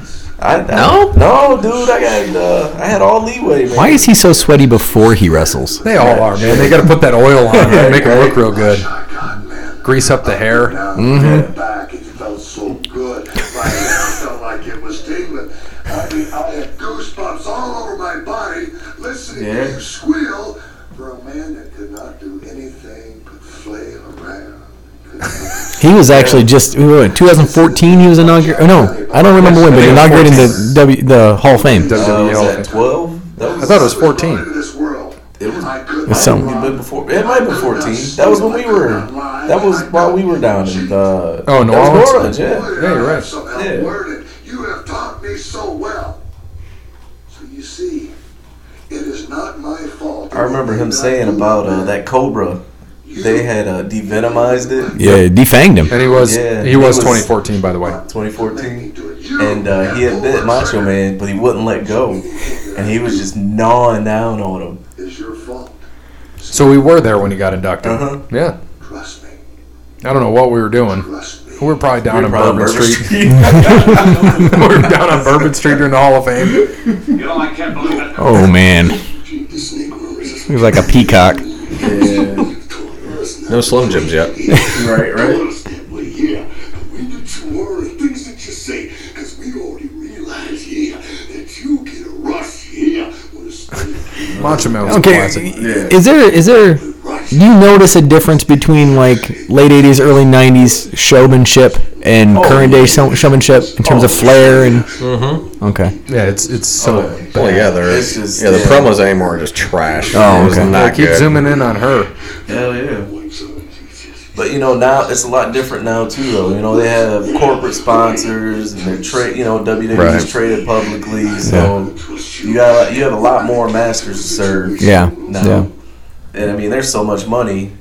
Speaker 4: I, I-
Speaker 3: No?
Speaker 4: no, dude. I got. Uh, I had all leeway, man.
Speaker 2: Why is he so sweaty before he wrestles?
Speaker 1: They all are, man. They got to put that oil on right? make him look real good.
Speaker 5: God, man.
Speaker 1: Grease up the hair.
Speaker 5: Mm-hmm. Back, it felt so good. My hair felt like it was tingling. I mean, I had goosebumps all over my body listening
Speaker 4: Yeah.
Speaker 5: to you squeal for a man that could not do anything but flail around.
Speaker 2: He was actually just who was it, 2014. He was inaugurated. No, I don't remember when, but inaugurated the W the Hall of Fame.
Speaker 4: Uh, was
Speaker 1: WWE.
Speaker 4: that twelve? That was,
Speaker 1: I thought it was
Speaker 5: I was born
Speaker 1: 14.
Speaker 5: into this world.
Speaker 4: It was.
Speaker 5: I could
Speaker 2: It's something.
Speaker 4: It, been before, it might have been 14. That was when we were. That was while we were down in. Uh,
Speaker 1: Oh, New
Speaker 4: that was
Speaker 1: Orleans?
Speaker 4: yeah.
Speaker 1: Yeah, you're right.
Speaker 5: Somehow
Speaker 4: Yeah.
Speaker 5: worded. You have taught me so well. So you see, it is not my fault.
Speaker 4: I remember him saying about uh, that Cobra. They had uh, devenomized it.
Speaker 2: Yeah, defanged him.
Speaker 1: And he was
Speaker 4: Yeah,
Speaker 1: he
Speaker 4: he
Speaker 1: was
Speaker 4: was-
Speaker 1: 2014, by the way.
Speaker 4: 2014. and uh, he had bit Macho Man, but he wouldn't let go, and he was just gnawing down on him.
Speaker 5: It's your fault.
Speaker 1: So we were there when he got inducted.
Speaker 4: Uh-huh.
Speaker 1: Yeah.
Speaker 5: Trust me.
Speaker 1: I don't know what we were doing.
Speaker 5: Trust me.
Speaker 1: We were probably down
Speaker 4: We were
Speaker 1: on
Speaker 4: probably
Speaker 1: Bourbon
Speaker 4: on Bourbon
Speaker 1: Street. we were down on Bourbon Street during the Hall of Fame.
Speaker 6: You know, I can't believe it.
Speaker 2: Oh man,
Speaker 5: The snake rose.
Speaker 2: he was like a peacock.
Speaker 3: No Slim Jims yet.
Speaker 4: Right,
Speaker 5: Well, it's that way, yeah. But when you twirl the things that you say, 'cause we already realize, yeah, that you get a rush, yeah, when it's
Speaker 1: Macho Man was a
Speaker 2: Okay,
Speaker 1: classic.
Speaker 2: is there is there?
Speaker 5: rush.
Speaker 2: Do you notice a difference between like late 80s, early 90s showmanship and current day show- showmanship in terms of flair and? Okay.
Speaker 1: Yeah, it's it's
Speaker 4: Oh,
Speaker 1: so.
Speaker 3: Well, yeah, there
Speaker 4: It's
Speaker 3: is.
Speaker 4: just-
Speaker 3: yeah, the
Speaker 4: yeah.
Speaker 3: promos anymore are just trash.
Speaker 2: Oh,
Speaker 3: it was
Speaker 2: okay.
Speaker 1: Yeah,
Speaker 3: not
Speaker 1: keep
Speaker 3: good.
Speaker 1: zooming in on her.
Speaker 4: Hell yeah!
Speaker 5: So it's just-
Speaker 4: But you know now it's a lot different now too, though. You know they have corporate sponsors and they're trade. You know WWE's
Speaker 3: Right.
Speaker 4: traded publicly, so you got you have a lot more masters to serve.
Speaker 2: Yeah.
Speaker 4: Now.
Speaker 2: Yeah. Oh.
Speaker 4: And I mean, there's so much money.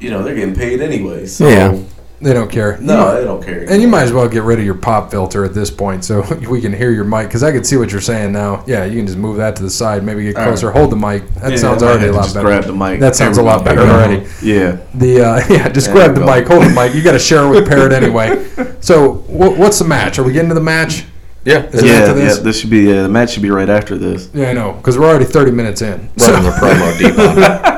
Speaker 4: You know they're getting paid anyway. So
Speaker 2: Yeah.
Speaker 1: They don't care. You
Speaker 4: No,
Speaker 1: might-
Speaker 4: they don't care.
Speaker 1: And you might as well get rid of your pop filter at this point, so we can hear your mic. Because I can see what you're saying now. Yeah, you can just move that to the side, maybe get
Speaker 4: All right.
Speaker 1: closer, hold the mic. That
Speaker 4: Yeah,
Speaker 1: sounds
Speaker 4: I
Speaker 1: already
Speaker 4: might have
Speaker 1: a
Speaker 4: to
Speaker 1: lot
Speaker 4: just
Speaker 1: better.
Speaker 4: Grab the mic.
Speaker 1: That sounds
Speaker 4: There
Speaker 1: a
Speaker 4: we
Speaker 1: lot
Speaker 4: go.
Speaker 1: better already.
Speaker 4: Yeah.
Speaker 1: The uh, yeah, just
Speaker 4: There
Speaker 1: grab
Speaker 4: we
Speaker 1: the
Speaker 4: go.
Speaker 1: mic, hold the mic. You got to share with Parrot anyway. So wh- what's the match? Are we getting to the match?
Speaker 3: Yeah.
Speaker 1: Is it
Speaker 4: Yeah,
Speaker 1: after this?
Speaker 4: yeah, this should be yeah, the match should be right after this.
Speaker 1: Yeah, I know, because we're already 30 minutes in.
Speaker 3: Running the promo deep on it.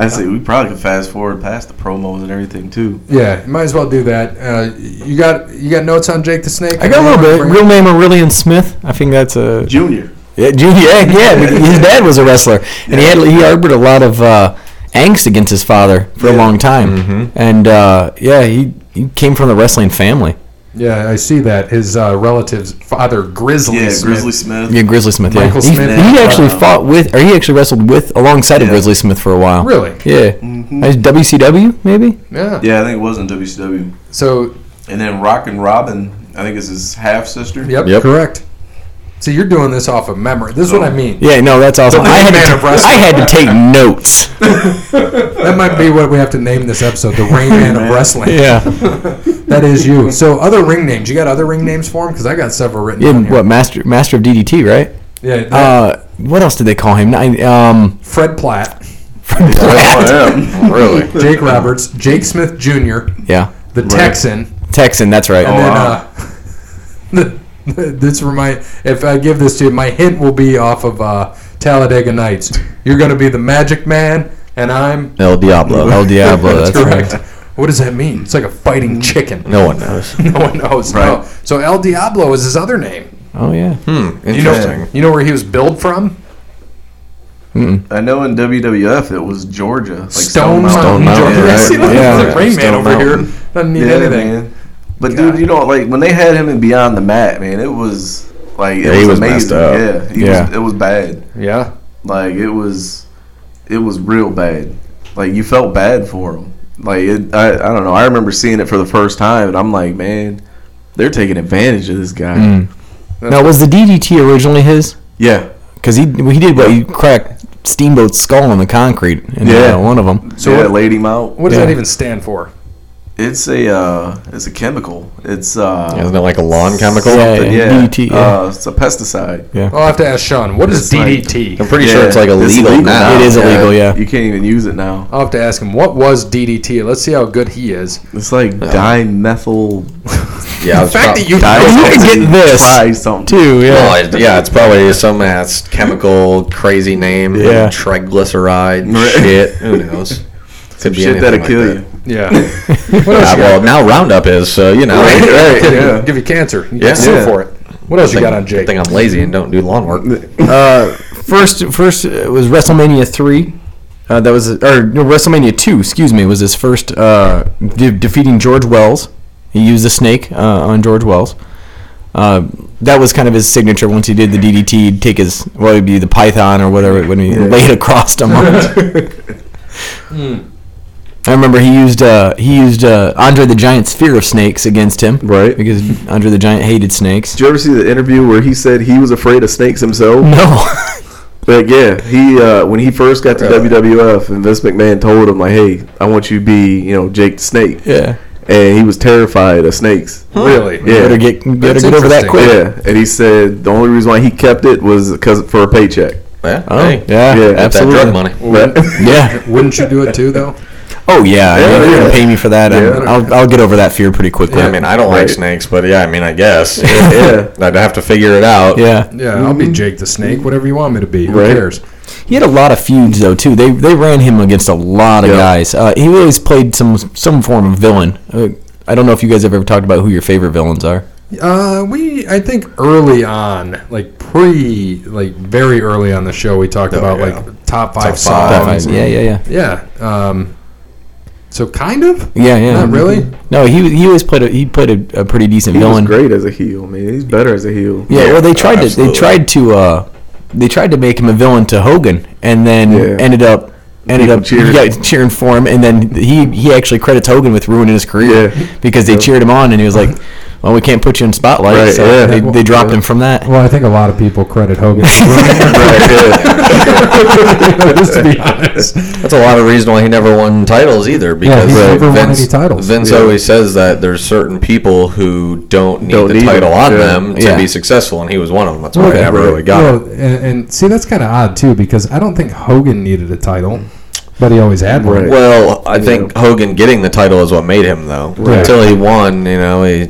Speaker 4: I say we probably could fast forward past the promos and everything too.
Speaker 1: Yeah, you might as well do that. Uh, you got you got notes on Jake the Snake?
Speaker 2: I got a little bit. Real name Aurelian Smith. I think that's a
Speaker 4: Junior.
Speaker 2: Yeah, Ju- yeah, yeah. His dad was a wrestler, and he had he harbored a lot of uh, angst against his father for a long time. And uh, yeah, he, he came from the wrestling family.
Speaker 1: Yeah, I see that. His uh, relative's father, Grizzly
Speaker 4: Yeah,
Speaker 1: Smith.
Speaker 4: Grizzly Smith.
Speaker 2: Yeah, Grizzly Smith. Yeah.
Speaker 1: Michael
Speaker 2: he,
Speaker 1: Smith.
Speaker 2: he actually
Speaker 4: Wow.
Speaker 2: fought with, or he actually wrestled with alongside of
Speaker 4: Yeah.
Speaker 2: Grizzly Smith for a while.
Speaker 1: Really?
Speaker 2: Yeah.
Speaker 4: Mhm.
Speaker 2: Uh, WCW maybe.
Speaker 1: Yeah.
Speaker 4: Yeah, I think it was in WCW.
Speaker 1: So,
Speaker 4: And then Rock and Robin, I think is his half sister.
Speaker 1: yep,
Speaker 2: Yep. Oh.
Speaker 1: correct. So you're doing this off of memory. This is what I mean.
Speaker 2: Yeah, no, that's awesome.
Speaker 1: The
Speaker 2: I had,
Speaker 1: man
Speaker 2: to,
Speaker 1: of wrestling.
Speaker 2: I had to take notes.
Speaker 1: That might be what we have to name this episode, the Ring Man of
Speaker 4: Man.
Speaker 1: Wrestling.
Speaker 2: Yeah.
Speaker 1: That is you. So other ring names. You got other ring names for him? Because I got several written down
Speaker 2: In
Speaker 1: here.
Speaker 2: what master master of DDT, right?
Speaker 1: Yeah, that-
Speaker 2: Uh, what else did they call him? I, um,
Speaker 1: Fred Platt,
Speaker 3: Oh, yeah. Really?
Speaker 1: Jake Roberts, Jake Smith Jr.,
Speaker 2: yeah,
Speaker 1: the Texan,
Speaker 2: Texan. That's right.
Speaker 1: And uh,
Speaker 4: wow.
Speaker 1: then, uh, this remind if I give this to you, my hint will be off of uh, Talladega Nights. You're going to be the Magic Man, and I'm.
Speaker 3: El Diablo.
Speaker 2: El Diablo. that's,
Speaker 1: correct.
Speaker 2: Right.
Speaker 1: What does that mean? It's like a fighting chicken.
Speaker 3: No one knows.
Speaker 1: No one knows.
Speaker 4: Right.
Speaker 1: No. So El Diablo is his other name.
Speaker 2: Oh yeah.
Speaker 1: You know,
Speaker 3: Hmm, Interesting.
Speaker 1: You know where he was billed from?
Speaker 4: I know in WWF it was Georgia. Like
Speaker 1: Stone, Mountain,
Speaker 3: Mountain,
Speaker 1: Georgia.
Speaker 3: yeah,
Speaker 1: See,
Speaker 3: right.
Speaker 1: look,
Speaker 2: Yeah.
Speaker 1: the Rain Man
Speaker 3: Stone
Speaker 1: over
Speaker 3: Mountain.
Speaker 1: here doesn't need
Speaker 4: Yeah,
Speaker 1: anything.
Speaker 4: man. But
Speaker 1: God.
Speaker 4: dude, you know, like when they had him in Beyond the Mat, man, it was like it
Speaker 3: Yeah,
Speaker 4: was,
Speaker 3: he was messed
Speaker 4: amazing.
Speaker 3: up.
Speaker 4: Yeah, he
Speaker 2: Yeah.
Speaker 4: Was, it was bad.
Speaker 1: Yeah.
Speaker 4: Like it was, it was real bad. Like you felt bad for him. Like it, I, I don't know. I remember seeing it for the first time, and I'm like, man, they're taking advantage of this guy.
Speaker 2: Now was the DDT originally his?
Speaker 4: Yeah,
Speaker 2: Because he he did what he cracked Steamboat's skull in the concrete in
Speaker 4: Yeah.
Speaker 2: uh, one of them.
Speaker 4: so
Speaker 1: what-
Speaker 4: yeah, laid him out.
Speaker 1: What does
Speaker 2: Yeah.
Speaker 1: that even stand for?
Speaker 4: It's a, uh, it's a chemical. It's uh,
Speaker 3: Isn't it like a lawn chemical?
Speaker 2: Yeah,
Speaker 4: something, yeah,
Speaker 2: DDT, yeah.
Speaker 4: Uh, it's a pesticide.
Speaker 1: I'll have to ask Sean. What is
Speaker 4: It's like-
Speaker 1: DDT?
Speaker 3: I'm pretty sure
Speaker 4: Yeah,
Speaker 3: it's like illegal
Speaker 4: legal
Speaker 3: now.
Speaker 2: It is illegal, yeah.
Speaker 4: you can't even use it now.
Speaker 1: I'll have to ask him. What was DDT? Let's see how good he is.
Speaker 4: It's like dimethyl.
Speaker 3: Yeah, it's prob-
Speaker 2: you can get this,
Speaker 4: Try something.
Speaker 2: Too
Speaker 3: Well,
Speaker 2: yeah.
Speaker 3: it- yeah, it's probably some ass chemical crazy name.
Speaker 2: Yeah.
Speaker 3: Triglyceride shit. Who knows? Could be
Speaker 4: Shit that'll
Speaker 3: anything like
Speaker 4: kill
Speaker 3: that.
Speaker 4: you.
Speaker 1: Yeah.
Speaker 3: Ah, well, now Roundup is, so you know.
Speaker 1: Right,
Speaker 3: Right,
Speaker 1: Kidding.
Speaker 4: yeah.
Speaker 1: Give you cancer. You
Speaker 3: Yeah.
Speaker 1: can sue
Speaker 4: Yeah.
Speaker 1: for it. What else you got on
Speaker 3: Good
Speaker 1: Jake?
Speaker 3: thing I'm lazy and don't do lawn work.
Speaker 2: Uh, first first uh, was WrestleMania three. Uh, that was or no, WrestleMania two. Excuse me. Was his first uh, de- defeating George Wells. He used the snake uh, on George Wells. Uh, that was kind of his signature. Once he did the DDT, he'd take his what would be the Python or whatever when he laid across him. I remember he used uh, he used uh, Andre the Giant's fear of snakes against him,
Speaker 4: Right.
Speaker 2: Because Andre the Giant hated snakes.
Speaker 4: Did you ever see the interview where he said he was afraid of snakes himself?
Speaker 2: No.
Speaker 4: But yeah, he uh, when he first got to
Speaker 3: Really?
Speaker 4: WWF, and Vince McMahon told him like, "Hey, I want you to be, you know, Jake the Snake,"
Speaker 2: yeah.
Speaker 4: and he was terrified of snakes.
Speaker 1: Really?
Speaker 4: Yeah.
Speaker 2: Better get better
Speaker 1: That's
Speaker 2: get over that
Speaker 1: interesting.
Speaker 2: quick.
Speaker 4: Yeah, and he said the only reason why he kept it was because for a paycheck.
Speaker 3: Yeah,
Speaker 2: Oh,
Speaker 3: hey,
Speaker 2: yeah,
Speaker 4: Yeah,
Speaker 3: get that
Speaker 2: absolutely.
Speaker 3: drug money.
Speaker 4: But
Speaker 2: Yeah.
Speaker 1: Wouldn't you do it too, though?
Speaker 2: Oh yeah. I mean,
Speaker 4: Yeah,
Speaker 2: if You're gonna
Speaker 4: yeah.
Speaker 2: pay me for that.
Speaker 4: Yeah.
Speaker 2: and I'll I'll get over that fear pretty quickly.
Speaker 3: Yeah, I mean, I don't like
Speaker 4: Right.
Speaker 3: snakes, but yeah, I mean, I guess
Speaker 4: yeah,
Speaker 3: I'd have to figure it out.
Speaker 2: yeah.
Speaker 1: Yeah, I'll be Jake the Snake, whatever you want me to be. Who
Speaker 4: Right.
Speaker 1: cares?
Speaker 2: He had a lot of feuds though too. They they ran him against a lot of
Speaker 4: Yeah.
Speaker 2: guys. Uh, he always played some some form of villain. Uh, I don't know if you guys have ever talked about who your favorite villains are.
Speaker 1: Uh, we, I think early on, like pre, like very early on the show, we talked about
Speaker 3: Oh, yeah.
Speaker 1: like top five
Speaker 3: five.
Speaker 1: songs.
Speaker 2: yeah, yeah, yeah,
Speaker 1: Yeah. Um, so kind of.
Speaker 2: yeah, yeah.
Speaker 1: Not really.
Speaker 2: No, he he always played a, he played a, a pretty decent
Speaker 4: he was
Speaker 2: villain.
Speaker 4: great as a heel, man. He's better as a heel.
Speaker 2: Yeah, well, they
Speaker 3: Yeah,
Speaker 2: tried to they
Speaker 3: absolutely.
Speaker 2: tried to uh, they tried to make him a villain to Hogan, and then
Speaker 4: Yeah.
Speaker 2: ended up ended
Speaker 4: People
Speaker 2: up
Speaker 4: cheered.
Speaker 2: yeah, cheering for him, and then he he actually credits Hogan with ruining his career
Speaker 4: Yeah.
Speaker 2: because they cheered him on, and he was like, well, we can't put you in spotlight.
Speaker 3: Right,
Speaker 2: so
Speaker 3: yeah.
Speaker 2: they, they dropped him from that.
Speaker 1: Well, I think a lot of people credit Hogan. Just to be honest.
Speaker 3: That's a lot of reason why he never won titles either. Because
Speaker 1: he's never won
Speaker 3: Vince,
Speaker 1: any titles.
Speaker 3: Vince
Speaker 1: Yeah.
Speaker 3: always says that there's certain people who don't need
Speaker 2: Don't
Speaker 3: the
Speaker 2: need
Speaker 3: title
Speaker 2: it.
Speaker 3: on
Speaker 2: Yeah.
Speaker 3: them to
Speaker 2: Yeah.
Speaker 3: be successful, and he was one of them. That's why he never really got it.
Speaker 1: Well, and, and see, that's kind of odd too because I don't think Hogan needed a title, but he always had one.
Speaker 3: Well, I think Hogan getting the title is what made him though.
Speaker 1: Right.
Speaker 3: Until he won, you know, he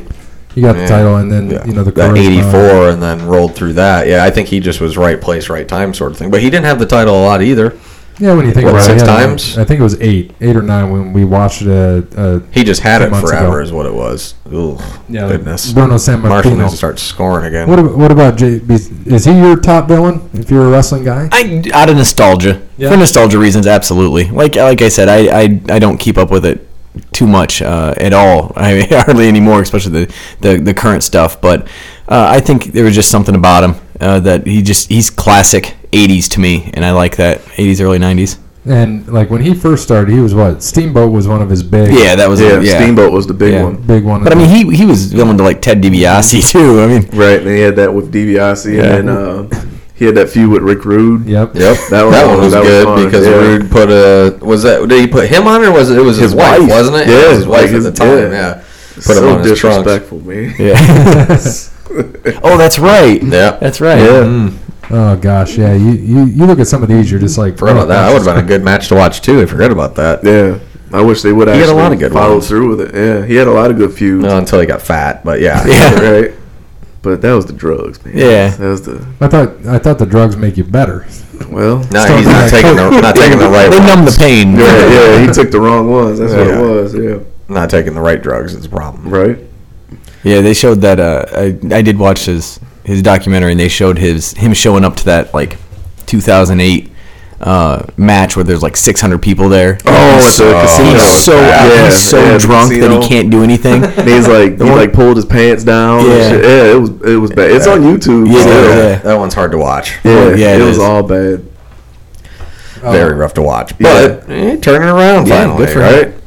Speaker 1: He got
Speaker 3: Yeah.
Speaker 1: the title, and then you know the
Speaker 3: that
Speaker 1: charisma.
Speaker 3: eighty four, and then rolled through that. Yeah, I think he just was right place, right time sort of thing. But he didn't have the title a lot either.
Speaker 1: Yeah, when you think
Speaker 3: What,
Speaker 1: about
Speaker 3: six
Speaker 1: it, yeah,
Speaker 3: times?
Speaker 1: I think it was eight, eight or nine when we watched uh, uh,
Speaker 3: He just had
Speaker 1: Two
Speaker 3: it
Speaker 1: months
Speaker 3: forever,
Speaker 1: ago.
Speaker 3: is what it was. Ooh,
Speaker 1: yeah,
Speaker 3: goodness.
Speaker 1: Bruno San
Speaker 3: Marshall
Speaker 1: Martino.
Speaker 3: needs to start scoring again.
Speaker 1: What about, what about JB? Is he your top villain if you're a wrestling guy?
Speaker 2: I, out of nostalgia
Speaker 1: Yeah.
Speaker 2: for nostalgia reasons absolutely like like i said i i, I don't keep up with it too much uh, at all i mean, hardly anymore especially the the, the current stuff but uh, i think there was just something about him uh, that he just he's classic 80s to me and i like that 80s early 90s
Speaker 1: And like when he first started, he was what Steamboat was one of his big
Speaker 2: yeah that was
Speaker 4: Yeah,
Speaker 2: yeah.
Speaker 4: Steamboat was the big
Speaker 2: Yeah.
Speaker 4: one.
Speaker 1: big one.
Speaker 2: but i mean he he was villain to like ted DiBiase too i mean
Speaker 4: Right, and he had that with DiBiase,
Speaker 2: Yeah.
Speaker 4: and uh, he had that feud with Rick Rude.
Speaker 1: yep.
Speaker 3: Yep,
Speaker 4: That
Speaker 3: that
Speaker 4: was
Speaker 3: one,
Speaker 4: one-
Speaker 3: was
Speaker 4: that was
Speaker 3: good
Speaker 4: fun,
Speaker 3: because
Speaker 4: yeah.
Speaker 3: Rude put a was that did he put him on or was it, it was his,
Speaker 4: His
Speaker 3: wife,
Speaker 4: wife,
Speaker 3: wasn't it?
Speaker 4: yeah,
Speaker 3: it was his
Speaker 4: like
Speaker 3: wife
Speaker 4: his-
Speaker 3: at the time.
Speaker 4: yeah.
Speaker 3: Yeah, put
Speaker 4: so
Speaker 3: him on his trunks.
Speaker 4: disrespectful, man.
Speaker 2: oh that's right
Speaker 3: Yeah,
Speaker 2: that's right
Speaker 4: Yeah.
Speaker 1: Oh gosh, yeah. You, you you look at some of these, you're just like oh,
Speaker 3: forgot about that. That
Speaker 1: gosh,
Speaker 3: would have been a good match to watch too. I forgot about that.
Speaker 4: Yeah, I wish they would
Speaker 3: He
Speaker 4: actually
Speaker 3: had a lot of good
Speaker 4: followed
Speaker 3: ones.
Speaker 4: through with it. Yeah, he had a lot of good feuds.
Speaker 3: No, until he got fat, but yeah,
Speaker 4: right. But that was the drugs, man.
Speaker 2: Yeah.
Speaker 4: that was the
Speaker 1: I thought I thought the drugs make you better.
Speaker 4: well.
Speaker 3: No,
Speaker 1: Stop
Speaker 3: he's
Speaker 1: that.
Speaker 3: not taking the not taking the right
Speaker 2: they numb the
Speaker 3: ones.
Speaker 2: pain
Speaker 4: Yeah, yeah, he took the wrong ones. That's
Speaker 3: Yeah.
Speaker 4: what it was. Yeah,
Speaker 3: not taking the right drugs is a problem.
Speaker 4: right.
Speaker 2: Yeah, they showed that. Uh, I I did watch his his documentary, and they showed his him showing up to that like 2008 uh, match where there's like 600 people there.
Speaker 4: Oh,
Speaker 2: he's
Speaker 4: at the
Speaker 2: so
Speaker 4: casino.
Speaker 2: he's so,
Speaker 4: Yeah,
Speaker 2: he's so
Speaker 4: yeah, the
Speaker 2: drunk that
Speaker 4: casino.
Speaker 2: he can't do anything.
Speaker 4: And he's like, he
Speaker 2: one-
Speaker 4: like pulled his pants down. Yeah,
Speaker 2: Yeah.
Speaker 4: and shit. yeah, it was it was bad. It's on YouTube.
Speaker 2: Yeah,
Speaker 4: so-
Speaker 2: yeah.
Speaker 3: that one's hard to watch.
Speaker 4: Yeah,
Speaker 2: Yeah, it
Speaker 4: it, was
Speaker 2: is.
Speaker 4: all bad.
Speaker 1: Oh.
Speaker 3: Very rough to watch,
Speaker 4: Yeah.
Speaker 3: but eh, turning around
Speaker 2: Yeah,
Speaker 3: finally,
Speaker 2: good for
Speaker 3: right?
Speaker 2: him.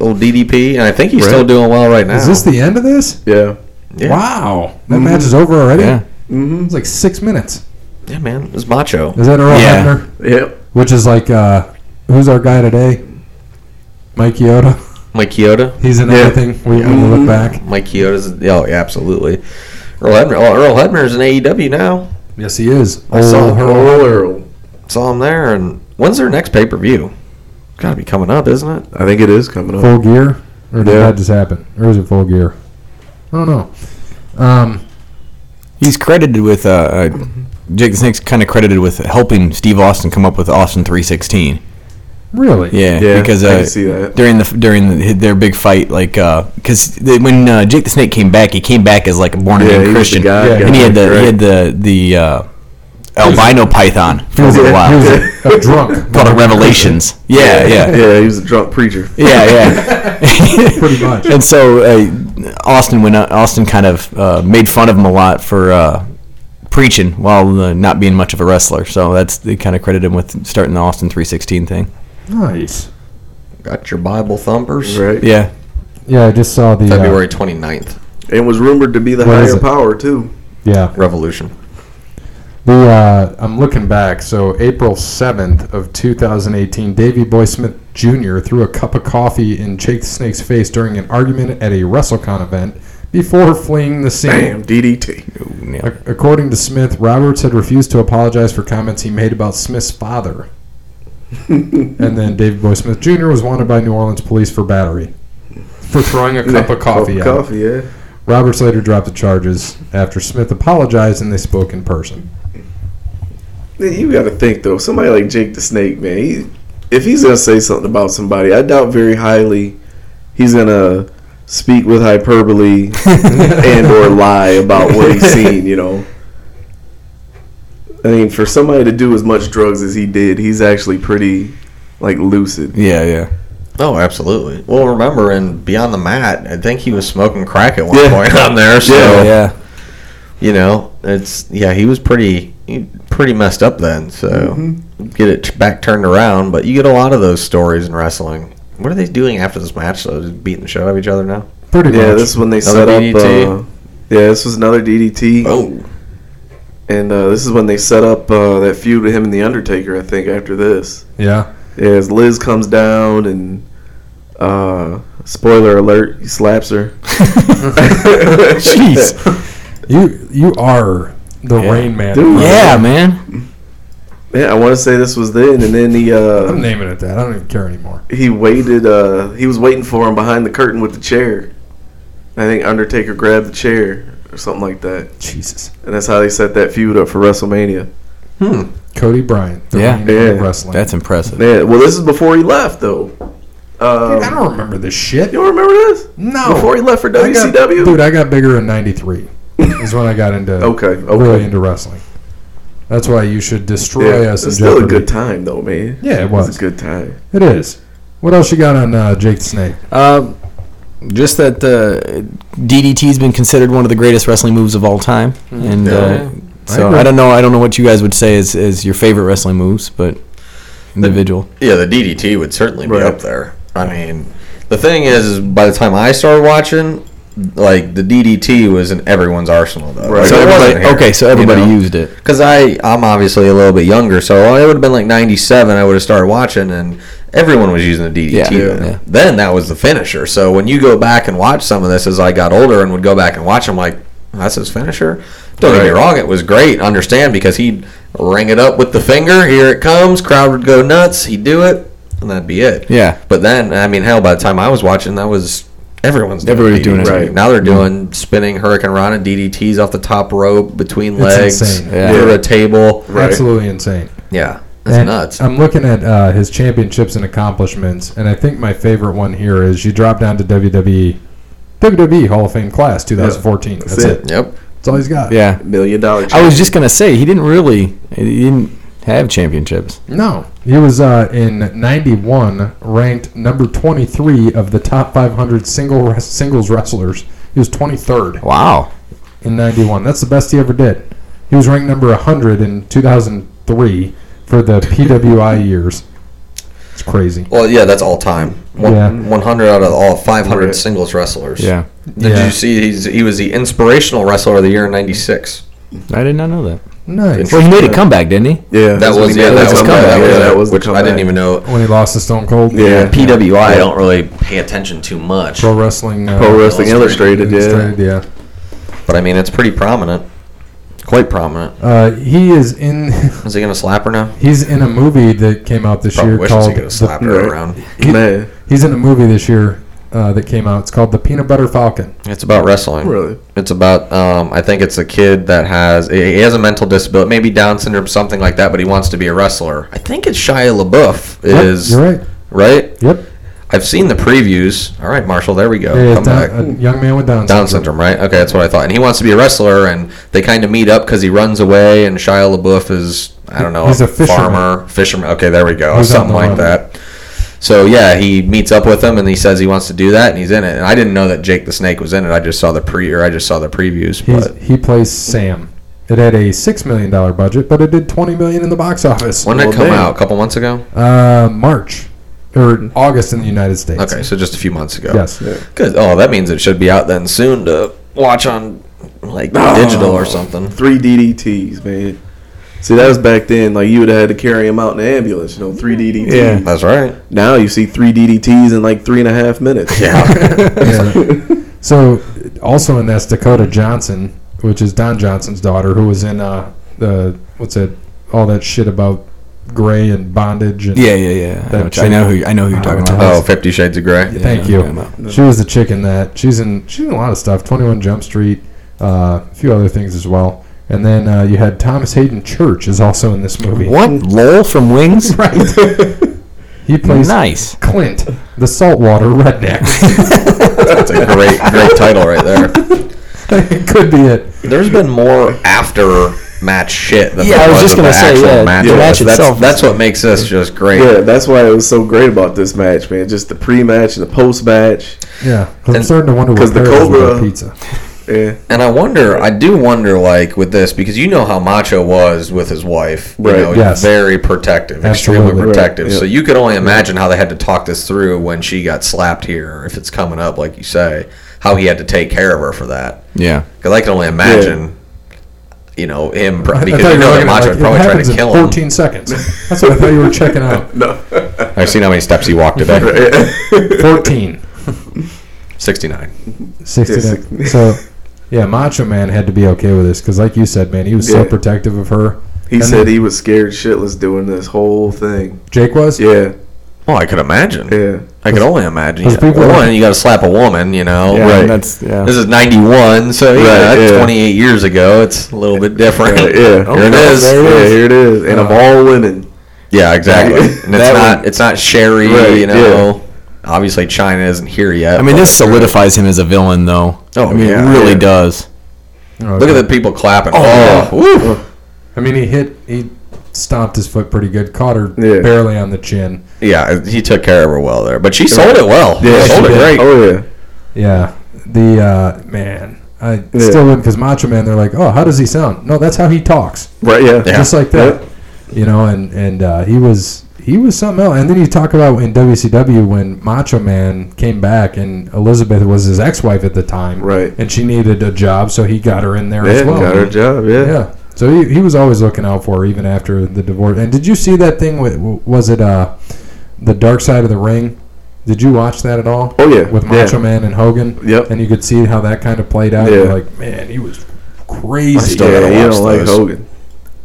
Speaker 3: Old DDP, and I think he's
Speaker 4: Right.
Speaker 3: still doing well right now.
Speaker 1: Is this the end of this?
Speaker 4: Yeah,
Speaker 3: Yeah.
Speaker 1: Wow, that match is over already.
Speaker 2: Yeah.
Speaker 4: Mm-hmm.
Speaker 1: It's like six minutes.
Speaker 3: yeah, man, it's macho.
Speaker 1: Is that Earl
Speaker 2: Yeah.
Speaker 1: Hebner?
Speaker 4: yep.
Speaker 1: Which is like, uh, who's our guy today? Mike Yoda.
Speaker 3: Mike Kyoto.
Speaker 1: He's in everything. We when we look back.
Speaker 3: Mike Kyoto's. Oh, yeah, absolutely. Earl Hebner. Oh, Earl Hebner's in AEW now.
Speaker 1: Yes, he is.
Speaker 3: I saw
Speaker 1: Old
Speaker 3: her.
Speaker 1: Earl.
Speaker 4: Earl Earl.
Speaker 3: Saw him there. And when's their next pay per view? Got to be coming up, isn't it?
Speaker 4: I think it is coming up.
Speaker 1: Full gear, or did
Speaker 4: Yeah.
Speaker 1: that just happen? Or is it full gear? I don't know. Um,
Speaker 2: He's credited with uh, uh, Jake the Snake's kind of credited with helping Steve Austin come up with Austin 316.
Speaker 1: really?
Speaker 2: Yeah,
Speaker 4: Yeah,
Speaker 2: because
Speaker 4: I
Speaker 2: uh,
Speaker 4: can see that.
Speaker 2: during the during the, their big fight, like because when uh, Jake the Snake came back, he came back as like a born
Speaker 4: Yeah,
Speaker 2: again
Speaker 4: he was the
Speaker 2: Christian,
Speaker 4: God
Speaker 1: Yeah,
Speaker 4: guy,
Speaker 2: and he had the he
Speaker 4: right?
Speaker 2: had the the uh, albino python
Speaker 1: He
Speaker 2: for a
Speaker 1: was,
Speaker 2: little
Speaker 1: a, he
Speaker 2: while.
Speaker 1: was a, a drunk.
Speaker 2: Called it Revelations. Yeah, yeah,
Speaker 4: yeah, he was a drunk preacher.
Speaker 2: yeah, yeah.
Speaker 1: Pretty much.
Speaker 2: and so uh, Austin went out, Austin kind of uh, made fun of him a lot for uh, preaching while uh, not being much of a wrestler. So that's they kind of credited him with starting the Austin 316 thing.
Speaker 1: Nice.
Speaker 3: Got your Bible thumpers.
Speaker 4: Right.
Speaker 2: Yeah.
Speaker 1: Yeah, I just saw the. uh,
Speaker 3: February 29th,
Speaker 4: And was rumored to be the
Speaker 1: What is
Speaker 4: higher
Speaker 1: it?
Speaker 4: power too.
Speaker 1: yeah.
Speaker 3: Revolution.
Speaker 1: The uh, I'm looking back. So April seventh of 2018, Davy Boy Smith Jr. threw a cup of coffee in Jake the Snake's face during an argument at a WrestleCon event before fleeing the scene.
Speaker 4: Damn, DDT.
Speaker 1: A- according to Smith, Roberts had refused to apologize for comments he made about Smith's father. and
Speaker 4: Mm-hmm.
Speaker 1: then Davy Boy Smith Jr. was wanted by New Orleans police for battery for throwing a cup of coffee.
Speaker 4: Cup
Speaker 1: Out.
Speaker 4: of coffee, yeah.
Speaker 1: Roberts later dropped the charges after Smith apologized and they spoke in person.
Speaker 4: Man, you got to think though. Somebody like Jake the Snake, man. He, if he's gonna say something about somebody, I doubt very highly he's gonna speak with hyperbole and or lie about what he's seen. You know. I mean, for somebody to do as much drugs as he did, he's actually pretty like lucid.
Speaker 2: Yeah, yeah.
Speaker 3: Oh, absolutely. Well, remember in Beyond the Mat, I think he was smoking crack at one
Speaker 4: Yeah.
Speaker 3: point on there. So
Speaker 1: Oh.
Speaker 4: Yeah,
Speaker 2: yeah.
Speaker 3: you know, it's yeah, he was pretty he pretty messed up then. So get it t- back turned around. But you get a lot of those stories in wrestling. What are they doing after this match? Though, just beating the shit out of each other now.
Speaker 1: Pretty
Speaker 4: Yeah,
Speaker 1: much.
Speaker 4: this is when they
Speaker 3: Another
Speaker 4: set
Speaker 3: DDT.
Speaker 4: up. Uh, yeah, this was another DDT.
Speaker 7: Boom.
Speaker 4: And uh, this is when they set up uh, that feud with him and the Undertaker. I think after this,
Speaker 1: yeah.
Speaker 4: yeah, as Liz comes down and uh, spoiler alert, he slaps her.
Speaker 2: Jeez.
Speaker 1: You you are the
Speaker 4: Yeah.
Speaker 1: Rain Man.
Speaker 4: Dude.
Speaker 2: Yeah, man.
Speaker 4: Yeah, I want to say this was then, and then he
Speaker 1: I'm
Speaker 4: uh,
Speaker 1: naming it that. I don't even care anymore.
Speaker 4: he waited. Uh, he was waiting for him behind the curtain with the chair. I think Undertaker grabbed the chair or something like that,
Speaker 1: Jesus.
Speaker 4: and that's how they set that feud up for WrestleMania.
Speaker 1: Cody Bryant. The
Speaker 2: Yeah.
Speaker 1: Rain Man of
Speaker 4: Yeah.
Speaker 1: Wrestling.
Speaker 2: That's impressive.
Speaker 4: Yeah, well, this is before he left though. Um,
Speaker 1: Dude, I don't remember this shit.
Speaker 4: You don't remember this?
Speaker 1: No.
Speaker 4: Before he left for
Speaker 1: I got-
Speaker 4: WCW?
Speaker 1: dude, I got bigger in '93. Is when I got into
Speaker 4: Okay, okay.
Speaker 1: really into wrestling. That's why you should destroy
Speaker 4: yeah,
Speaker 1: us.
Speaker 4: it's
Speaker 1: in
Speaker 4: still
Speaker 1: Jeopardy.
Speaker 4: a good time, though, man.
Speaker 1: Yeah, it
Speaker 4: It was
Speaker 1: was.
Speaker 4: a good time.
Speaker 1: It is. What else you got on uh, Jake the Snake?
Speaker 2: Uh, just that uh, DDT has been considered one of the greatest wrestling moves of all time, and uh,
Speaker 1: I
Speaker 2: so
Speaker 1: agree.
Speaker 2: I, don't know. I don't know what you guys would say as, as your favorite wrestling moves, but individual.
Speaker 3: Yeah, the DDT would certainly be
Speaker 4: Right.
Speaker 3: up there. I mean, the thing is, is by the time I started watching, like the DDT was in everyone's arsenal though.
Speaker 4: Right.
Speaker 2: So
Speaker 4: So
Speaker 2: everybody, okay, so everybody used it.
Speaker 3: Because I, I'm obviously a little bit younger, so it would have been like '97. I would have started watching, and everyone was using the DDT.
Speaker 2: Yeah,
Speaker 3: then.
Speaker 2: yeah.
Speaker 3: Then that was the finisher. So when you go back and watch some of this as I got older and would go back and watch, I'm like, that's his finisher. Don't get me
Speaker 4: Right.
Speaker 3: wrong, it was great. Understand because he'd ring it up with the finger. Here it comes. Crowd would go nuts. He'd do it, and that'd be it.
Speaker 2: Yeah.
Speaker 3: But then, I mean, hell, by the time I was watching, that was everyone's
Speaker 2: Everybody doing it.
Speaker 3: Right. Now they're doing spinning Hurricane Rana DDTs off the top rope between legs
Speaker 1: insane.
Speaker 2: Yeah.
Speaker 3: through a table.
Speaker 4: Right.
Speaker 1: Absolutely insane.
Speaker 3: Yeah, that's
Speaker 1: And
Speaker 3: nuts.
Speaker 1: I'm looking at uh, his championships and accomplishments, and I think my favorite one here is you drop down to E, WWE, WWE E Hall of Fame class 2014. That's,
Speaker 4: That's
Speaker 1: it.
Speaker 4: it.
Speaker 3: yep.
Speaker 1: That's all he's got.
Speaker 2: Yeah,
Speaker 4: Million dollar
Speaker 2: I was just gonna say he didn't really he didn't have championships.
Speaker 1: No, he was uh, in '91 ranked number 23 of the top 500 single wres- singles wrestlers. He was 23rd
Speaker 2: Wow.
Speaker 1: in '91. That's the best he ever did. He was ranked number 100 in 2003 for the PWI years. It's crazy.
Speaker 3: Well, yeah, that's all time. One,
Speaker 1: Yeah.
Speaker 3: 100 out of all 500
Speaker 4: Right.
Speaker 3: singles wrestlers.
Speaker 2: Yeah,
Speaker 3: Did
Speaker 1: Yeah.
Speaker 3: you see he's, he was the inspirational wrestler of the year in 96?
Speaker 2: I did not know that.
Speaker 1: Nice.
Speaker 2: Well, he made a comeback, didn't he?
Speaker 4: yeah,
Speaker 3: That was,
Speaker 2: that
Speaker 3: yeah, that
Speaker 2: was
Speaker 3: was,
Speaker 2: his comeback.
Speaker 3: that was
Speaker 4: Yeah,
Speaker 3: it,
Speaker 4: that was the
Speaker 3: which I didn't
Speaker 4: comeback.
Speaker 3: even know.
Speaker 1: when he lost to Stone Cold.
Speaker 4: Yeah.
Speaker 3: PWI, I don't really pay attention to much,
Speaker 1: Pro wrestling. Uh,
Speaker 4: Pro Wrestling Illustrated.
Speaker 1: Illustrated,
Speaker 4: Yeah,
Speaker 1: yeah.
Speaker 3: but I mean, it's pretty prominent. Quite prominent.
Speaker 1: Uh, he is in.
Speaker 3: Is he going to slap her now?
Speaker 1: He's in a movie that came out this
Speaker 3: Probably
Speaker 1: year
Speaker 3: wishes he
Speaker 1: called.
Speaker 3: could have
Speaker 1: The,
Speaker 3: slapped her
Speaker 4: Right.
Speaker 3: around.
Speaker 4: man,
Speaker 1: he's in a movie this year uh, that came out. It's called The Peanut Butter Falcon.
Speaker 3: It's about wrestling.
Speaker 4: really.
Speaker 3: It's about um, I think it's a kid that has he has a mental disability, maybe Down syndrome, something like that, but he wants to be a wrestler. I think it's Shia LaBeouf
Speaker 1: Yep,
Speaker 3: is
Speaker 1: you're right.
Speaker 3: right?
Speaker 1: Yep.
Speaker 3: I've seen the previews. All right, Marshall, there we go.
Speaker 1: Yeah,
Speaker 3: Come
Speaker 1: Down-
Speaker 3: back.
Speaker 1: a young man with Down,
Speaker 3: Down syndrome, right? Okay, that's what I thought. And he wants to be a wrestler, and they kind of meet up because he runs away, and Shia LaBeouf is I don't know,
Speaker 1: He's a
Speaker 3: farmer, fisherman. Okay, there we go,
Speaker 1: He's on
Speaker 3: something
Speaker 1: the
Speaker 3: like
Speaker 1: run.
Speaker 3: that. So yeah, he meets up with him, and he says he wants to do that, and he's in it. And I didn't know that Jake the Snake was in it. I just saw the pre, or I just saw the previews.
Speaker 1: He's,
Speaker 3: But
Speaker 1: he plays Sam. It had a six million dollar budget, but it did twenty million in the box office.
Speaker 3: when did it
Speaker 4: Well,
Speaker 3: come
Speaker 4: damn.
Speaker 3: out? A couple months ago.
Speaker 1: Uh, March or August in the United States.
Speaker 3: Okay, so just a few months ago.
Speaker 1: Yes.
Speaker 3: Good. Oh, that means it should be out then soon to watch on like digital or something.
Speaker 4: Three DDTs, man. See, that was back then. Like you would have had to carry him out in an ambulance. You know, three DDTs.
Speaker 2: Yeah.
Speaker 3: That's right.
Speaker 4: Now you see three DDTs in like three and a half minutes.
Speaker 3: Yeah.
Speaker 1: Yeah. so also in that's Dakota Johnson, which is Don Johnson's daughter, who was in uh the what's it all that shit about Gray and bondage and
Speaker 2: Yeah, yeah, yeah. I know, what you- I know who I know who you're talking about.
Speaker 3: oh, Fifty Shades of Grey.
Speaker 2: Yeah, I know
Speaker 1: Thank
Speaker 2: who you're
Speaker 1: you.
Speaker 2: talking about.
Speaker 1: She was the chick in that. She's in she's in a lot of stuff. Twenty One Jump Street, uh, a few other things as well. And then uh, you had Thomas Hayden Church is also in this movie.
Speaker 2: What Lowell from Wings?
Speaker 1: Right. he plays
Speaker 2: Nice.
Speaker 1: Clint, the saltwater redneck.
Speaker 3: That's a great, great title right there.
Speaker 1: it could be it.
Speaker 3: There's been more after match shit than
Speaker 2: Yeah,
Speaker 3: there
Speaker 2: I was just
Speaker 3: of
Speaker 2: gonna
Speaker 3: the
Speaker 2: say,
Speaker 3: actual
Speaker 2: yeah, the
Speaker 3: match.
Speaker 2: match
Speaker 3: that's,
Speaker 2: itself
Speaker 3: that's what makes this just great.
Speaker 4: Yeah, that's why it was so great about this match, man. Just the pre-match and the post-match.
Speaker 1: Yeah, 'cause I'm
Speaker 3: And-
Speaker 1: starting to wonder what
Speaker 4: 'cause the
Speaker 1: the
Speaker 4: Cobra-
Speaker 1: Cobra pizza.
Speaker 4: Yeah,
Speaker 3: And I wonder, I do wonder, like with this, because you know how Macho was with his wife, you
Speaker 4: Right,
Speaker 3: know,
Speaker 1: yes.
Speaker 3: very protective, extremely
Speaker 1: Absolutely. Right,
Speaker 3: protective.
Speaker 4: yeah.
Speaker 3: So you could only imagine how they had to talk this through when she got slapped here, if it's coming up, like you say, how he had to take care of her for that.
Speaker 2: Yeah.
Speaker 3: Because I can only imagine, you know, him pro-
Speaker 1: I
Speaker 3: because
Speaker 1: thought
Speaker 3: you
Speaker 1: you were
Speaker 3: know that
Speaker 1: looking at,
Speaker 3: Macho
Speaker 1: like,
Speaker 3: was
Speaker 1: it
Speaker 3: probably trying
Speaker 1: happens
Speaker 3: to
Speaker 1: in
Speaker 3: kill him.
Speaker 1: 14 seconds. That's what I thought you were checking out.
Speaker 3: I've seen how many steps he walked today.
Speaker 8: No.
Speaker 1: 14.
Speaker 3: Sixty-nine.
Speaker 1: 60
Speaker 8: Yeah,
Speaker 1: day- So, yeah, Macho Man had to be okay with this because, like you said, man, he was so
Speaker 8: Yeah.
Speaker 1: protective of her.
Speaker 8: he said he was scared shitless doing this whole thing.
Speaker 1: Jake was?
Speaker 8: Yeah,
Speaker 3: Well, I could imagine.
Speaker 8: yeah.
Speaker 3: I could only imagine.
Speaker 1: Those
Speaker 3: Yeah.
Speaker 1: people-
Speaker 3: One, you got to slap a woman, you know.
Speaker 8: Yeah,
Speaker 2: Right.
Speaker 8: Right.
Speaker 2: That's yeah.
Speaker 3: This is 91, so yeah,
Speaker 8: Right,
Speaker 3: that's
Speaker 8: yeah.
Speaker 3: 28 years ago. It's a little bit different.
Speaker 8: Yeah, yeah.
Speaker 3: Here Oh, it
Speaker 2: Okay,
Speaker 3: is.
Speaker 2: Oh, there it
Speaker 8: Yeah,
Speaker 2: is.
Speaker 8: here it is. And of all women,
Speaker 3: Yeah, exactly. And it's
Speaker 2: That
Speaker 3: not
Speaker 2: one-
Speaker 3: it's not Sherry,
Speaker 8: Right,
Speaker 3: you know. Obviously China isn't here yet.
Speaker 2: I mean,
Speaker 3: but
Speaker 2: this solidifies him as a villain, though.
Speaker 3: Oh,
Speaker 2: I mean,
Speaker 3: yeah,
Speaker 2: it really
Speaker 3: yeah.
Speaker 2: does.
Speaker 3: look at the people clapping. Oh, woo.
Speaker 1: I mean, he hit, he stomped his foot pretty good, caught her
Speaker 8: Yeah.
Speaker 1: barely on the chin.
Speaker 3: yeah, he took care of her well there. But she sold it well.
Speaker 8: yeah,
Speaker 3: she sold it
Speaker 8: yeah.
Speaker 3: great.
Speaker 8: Oh yeah,
Speaker 1: Yeah. The, uh, man, I
Speaker 8: Yeah.
Speaker 1: still wouldn't because Macho Man, they're like, oh, how does he sound? No, that's how he talks.
Speaker 8: right. Yeah,
Speaker 3: Yeah.
Speaker 1: Just like that. You know, and, and uh, he was. He was something else, and then you talk about in WCW when Macho Man came back, and Elizabeth was his ex-wife at the time,
Speaker 8: Right.
Speaker 1: And she needed a job, so he got her in there
Speaker 8: Yeah,
Speaker 1: as well.
Speaker 8: got her job. Yeah.
Speaker 1: Yeah. So he, he was always looking out for her even after the divorce. And did you see that thing? With, was it uh, the Dark Side of the Ring? Did you watch that at all?
Speaker 8: Oh yeah.
Speaker 1: With Macho Man and Hogan.
Speaker 8: Yep.
Speaker 1: And you could see how that kind of played out. You're
Speaker 8: Yeah.
Speaker 1: like, man, he was
Speaker 8: Yeah,
Speaker 1: crazy.
Speaker 3: still gotta
Speaker 8: you
Speaker 3: watch
Speaker 8: don't like
Speaker 3: those.
Speaker 8: Hogan.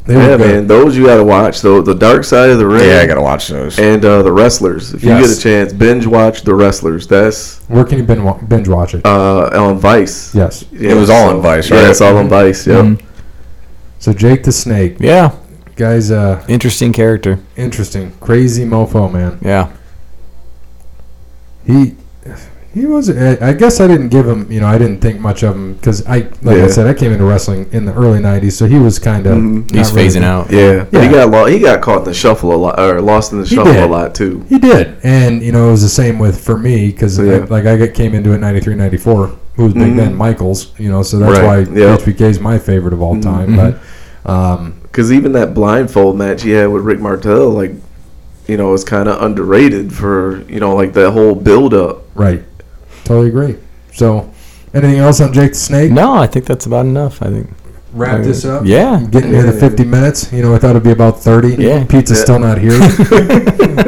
Speaker 1: They
Speaker 8: Yeah,
Speaker 1: were good.
Speaker 8: man. Those you got to watch. Though the Dark Side of the Ring.
Speaker 3: Yeah, I gotta watch those.
Speaker 8: And uh, the wrestlers. If you
Speaker 1: Yes.
Speaker 8: get a chance, binge watch the wrestlers. That's
Speaker 1: Where can you binge wa- binge watch it?
Speaker 8: uh, on Vice.
Speaker 1: yes. Um,
Speaker 8: Yeah,
Speaker 3: It was all on Vice, right?
Speaker 8: Yeah, it's all on Vice. Yep.
Speaker 2: Mhm.
Speaker 1: So Jake the Snake,
Speaker 2: Yeah.
Speaker 1: guys, uh,
Speaker 2: Interesting character.
Speaker 1: interesting, crazy mofo man.
Speaker 2: Yeah.
Speaker 1: He. He was. I I guess I didn't give him. You know, I didn't think much of him because I, like I
Speaker 8: Yeah.
Speaker 1: said, I came into wrestling in the early '90s, so he was kind of.
Speaker 8: Mhm.
Speaker 2: He's phasing out.
Speaker 8: Yeah, but
Speaker 1: Yeah.
Speaker 8: he got lo- he got caught in the shuffle a lot, or lost in the shuffle
Speaker 1: did.
Speaker 8: a lot too.
Speaker 1: He did, and you know it was the same with for me because
Speaker 8: Yeah.
Speaker 1: like I got- came into it '93, '94. Who was big
Speaker 8: Mhm.
Speaker 1: then? Michaels, you know, so that's
Speaker 8: Right, Mm-hmm.
Speaker 1: why
Speaker 8: yeah.
Speaker 1: HBK is my favorite of all time. But um,
Speaker 8: Because even that blindfold match he had with Rick Martel, like, you know, is kind of underrated for you know like that whole build up.
Speaker 1: right, totally agree. So, anything else on Jake the Snake?
Speaker 2: No, I think that's about enough. I think.
Speaker 1: Wrap this up.
Speaker 2: Yeah.
Speaker 1: Getting near the 50 minutes. You know, I thought it'd be about 30.
Speaker 2: Yeah.
Speaker 1: Pizza's
Speaker 8: Yeah.
Speaker 1: still not here.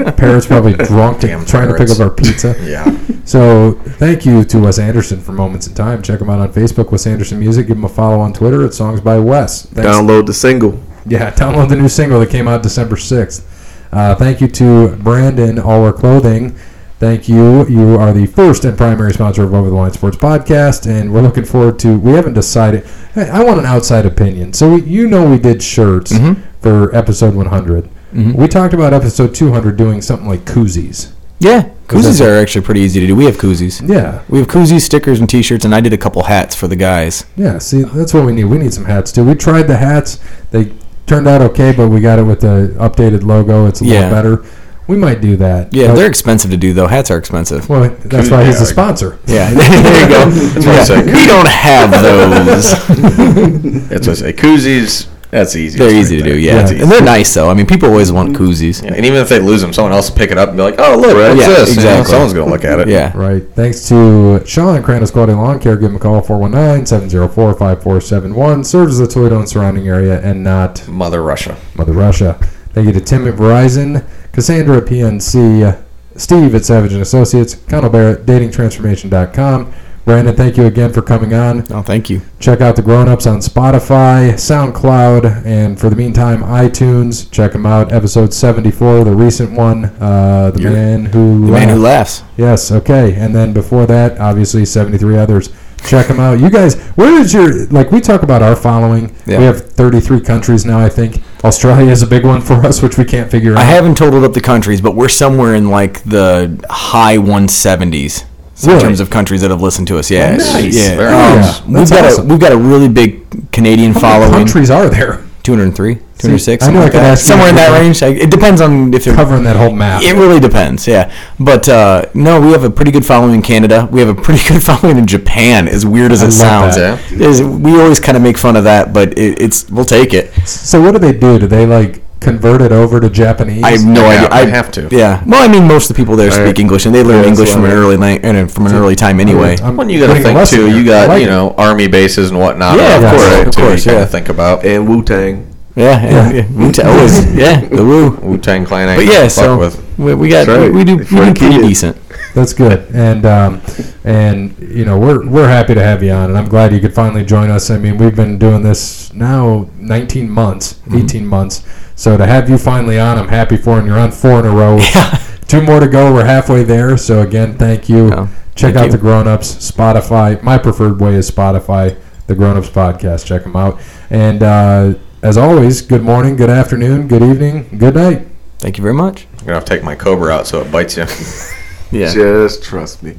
Speaker 1: Parrot's probably drunk
Speaker 3: Damn
Speaker 1: and trying to pick
Speaker 3: parrots.
Speaker 1: up our pizza.
Speaker 3: yeah.
Speaker 1: So thank you to Wes Anderson for Moments in Time. Check him out on Facebook, Wes Anderson Music. Give him a follow on Twitter at Songs by Wes. Thanks.
Speaker 8: Download the single.
Speaker 1: Yeah, download the new single that came out December 6th. Uh, thank you to Brandon All Our Clothing. Thank you. You are the first and primary sponsor of Over the Line Sports Podcast, and we're looking forward to. We haven't decided. I, I want an outside opinion. So we, you know, we did shirts
Speaker 2: Mm-hmm.
Speaker 1: for episode 100. We talked about episode 200 doing something like koozies.
Speaker 2: Yeah.
Speaker 1: that's-
Speaker 2: Koozies are actually pretty easy to do. We have koozies.
Speaker 1: Yeah,
Speaker 2: We have koozies, stickers, and T-shirts, and I did a couple hats for the guys.
Speaker 1: yeah. See, that's what we need. We need some hats too. We tried the hats. They turned out okay, but we got it with the updated logo. It's a
Speaker 2: Yeah.
Speaker 1: little better. We might do that.
Speaker 2: Yeah,
Speaker 1: But-
Speaker 2: they're expensive to do though. Hats are expensive.
Speaker 1: Well, that's why he's a sponsor.
Speaker 2: Yeah, there you go. Yeah, We don't have those.
Speaker 3: That's what I say. Koozies, that's easy.
Speaker 2: they're easy to do. Yeah,
Speaker 3: That's easy.
Speaker 2: and they're nice though. I mean, people always want koozies.
Speaker 3: Yeah, And even if they lose them, someone else will pick it up and be like, "Oh, look,
Speaker 2: Right.
Speaker 3: what's
Speaker 2: Yeah,
Speaker 3: this?" You know,
Speaker 2: exactly.
Speaker 3: someone's gonna look at it.
Speaker 2: Yeah.
Speaker 1: Right. Thanks to Sean Kranis Quality Lawn Care. Give him a call 419 704 5471. Serves the Toledo and surrounding area and not
Speaker 3: Mother Russia.
Speaker 1: Mother Russia. Thank you to Tim at Verizon, Cassandra at PNC, Steve at Savage and Associates, Connell Barrett, datingtransformation.com. Brandon, thank you again for coming on.
Speaker 2: Oh, thank you.
Speaker 1: Check out the Grown Ups on Spotify, SoundCloud, and for the meantime, iTunes. Check them out. Episode 74, the recent one, uh, The Man Who
Speaker 2: The man who
Speaker 1: Laughed.
Speaker 2: laughs.
Speaker 1: Yes. Okay. And then before that, obviously, seventy-three others. Check them out. You guys, where is your like? We talk about our following.
Speaker 2: Yeah.
Speaker 1: We have thirty-three countries now. I think Australia is a big one for us, which we can't figure
Speaker 2: I
Speaker 1: out.
Speaker 2: haven't totaled up the countries, but we're somewhere in like the high 170s in
Speaker 1: Really?
Speaker 2: terms of countries that have listened to us. Yeah,
Speaker 1: Nice.
Speaker 2: it's- yeah.
Speaker 3: Very
Speaker 2: Um,
Speaker 1: nice.
Speaker 2: We've
Speaker 1: That's
Speaker 2: got
Speaker 1: awesome.
Speaker 2: a we've got a really big Canadian
Speaker 1: How many
Speaker 2: following.
Speaker 1: countries are there
Speaker 2: 203, 206,
Speaker 1: I knew
Speaker 2: something
Speaker 1: I
Speaker 2: like
Speaker 1: could
Speaker 2: that.
Speaker 1: ask you
Speaker 2: somewhere in
Speaker 1: if
Speaker 2: that
Speaker 1: you-
Speaker 2: range. I, it depends on if they're
Speaker 1: covering that whole map?
Speaker 2: It really depends, yeah. But uh, no, we have a pretty good following in Canada. We have a pretty good following in Japan. As weird as it
Speaker 1: love
Speaker 2: sounds,
Speaker 3: that.
Speaker 2: Is- we always kind of make fun of that, but it, it's we'll take it.
Speaker 1: so what do they do? Do they like converted over to Japanese?
Speaker 2: I have no
Speaker 3: Yeah,
Speaker 2: idea. I
Speaker 3: I'd have to.
Speaker 2: Yeah. Well, I mean, most of the people there
Speaker 8: All
Speaker 2: speak
Speaker 8: right.
Speaker 2: English, and they learn
Speaker 8: Yeah, that's
Speaker 2: English from an
Speaker 8: why.
Speaker 2: early night and from an early time anyway.
Speaker 1: I'm
Speaker 3: When you got to
Speaker 1: putting a
Speaker 3: think
Speaker 1: lesson
Speaker 3: too,
Speaker 1: there.
Speaker 3: you
Speaker 1: I
Speaker 3: got
Speaker 1: like
Speaker 3: you
Speaker 1: it.
Speaker 3: know army bases and whatnot.
Speaker 2: Yeah,
Speaker 3: out
Speaker 1: of
Speaker 3: there,
Speaker 1: course,
Speaker 2: of
Speaker 3: too, you
Speaker 2: course,
Speaker 3: gotta
Speaker 2: yeah.
Speaker 3: Think about
Speaker 8: and Wu Tang.
Speaker 2: Yeah. Yeah. yeah. Wu Tang always. Yeah. The Wu.
Speaker 3: Wu Tang Clan. ain't
Speaker 2: But yeah,
Speaker 3: gonna fuck
Speaker 2: so
Speaker 3: with.
Speaker 2: we, we got
Speaker 8: That's right.
Speaker 2: we, we do we
Speaker 8: If
Speaker 2: do
Speaker 8: you're a
Speaker 2: pretty
Speaker 8: kid.
Speaker 2: decent.
Speaker 1: That's good, and um, and you know we're we're happy to have you on, and I'm glad you could finally join us. I mean, we've been doing this now 19 months,
Speaker 2: Mm-hmm.
Speaker 1: 18 months, so to have you finally on, I'm happy for, you, and you're on four in a row.
Speaker 2: Yeah.
Speaker 1: Two more to go. We're halfway there. So again, thank you.
Speaker 2: Yeah.
Speaker 1: Check
Speaker 2: Thank
Speaker 1: out
Speaker 2: you.
Speaker 1: the Grown Ups Spotify. My preferred way is Spotify, the Grown Ups podcast. Check them out, and uh, as always, good morning, good afternoon, good evening, good night.
Speaker 2: Thank you very much.
Speaker 3: I'm gonna have to take my cobra out so it bites you.
Speaker 2: Yeah.
Speaker 8: Just trust me.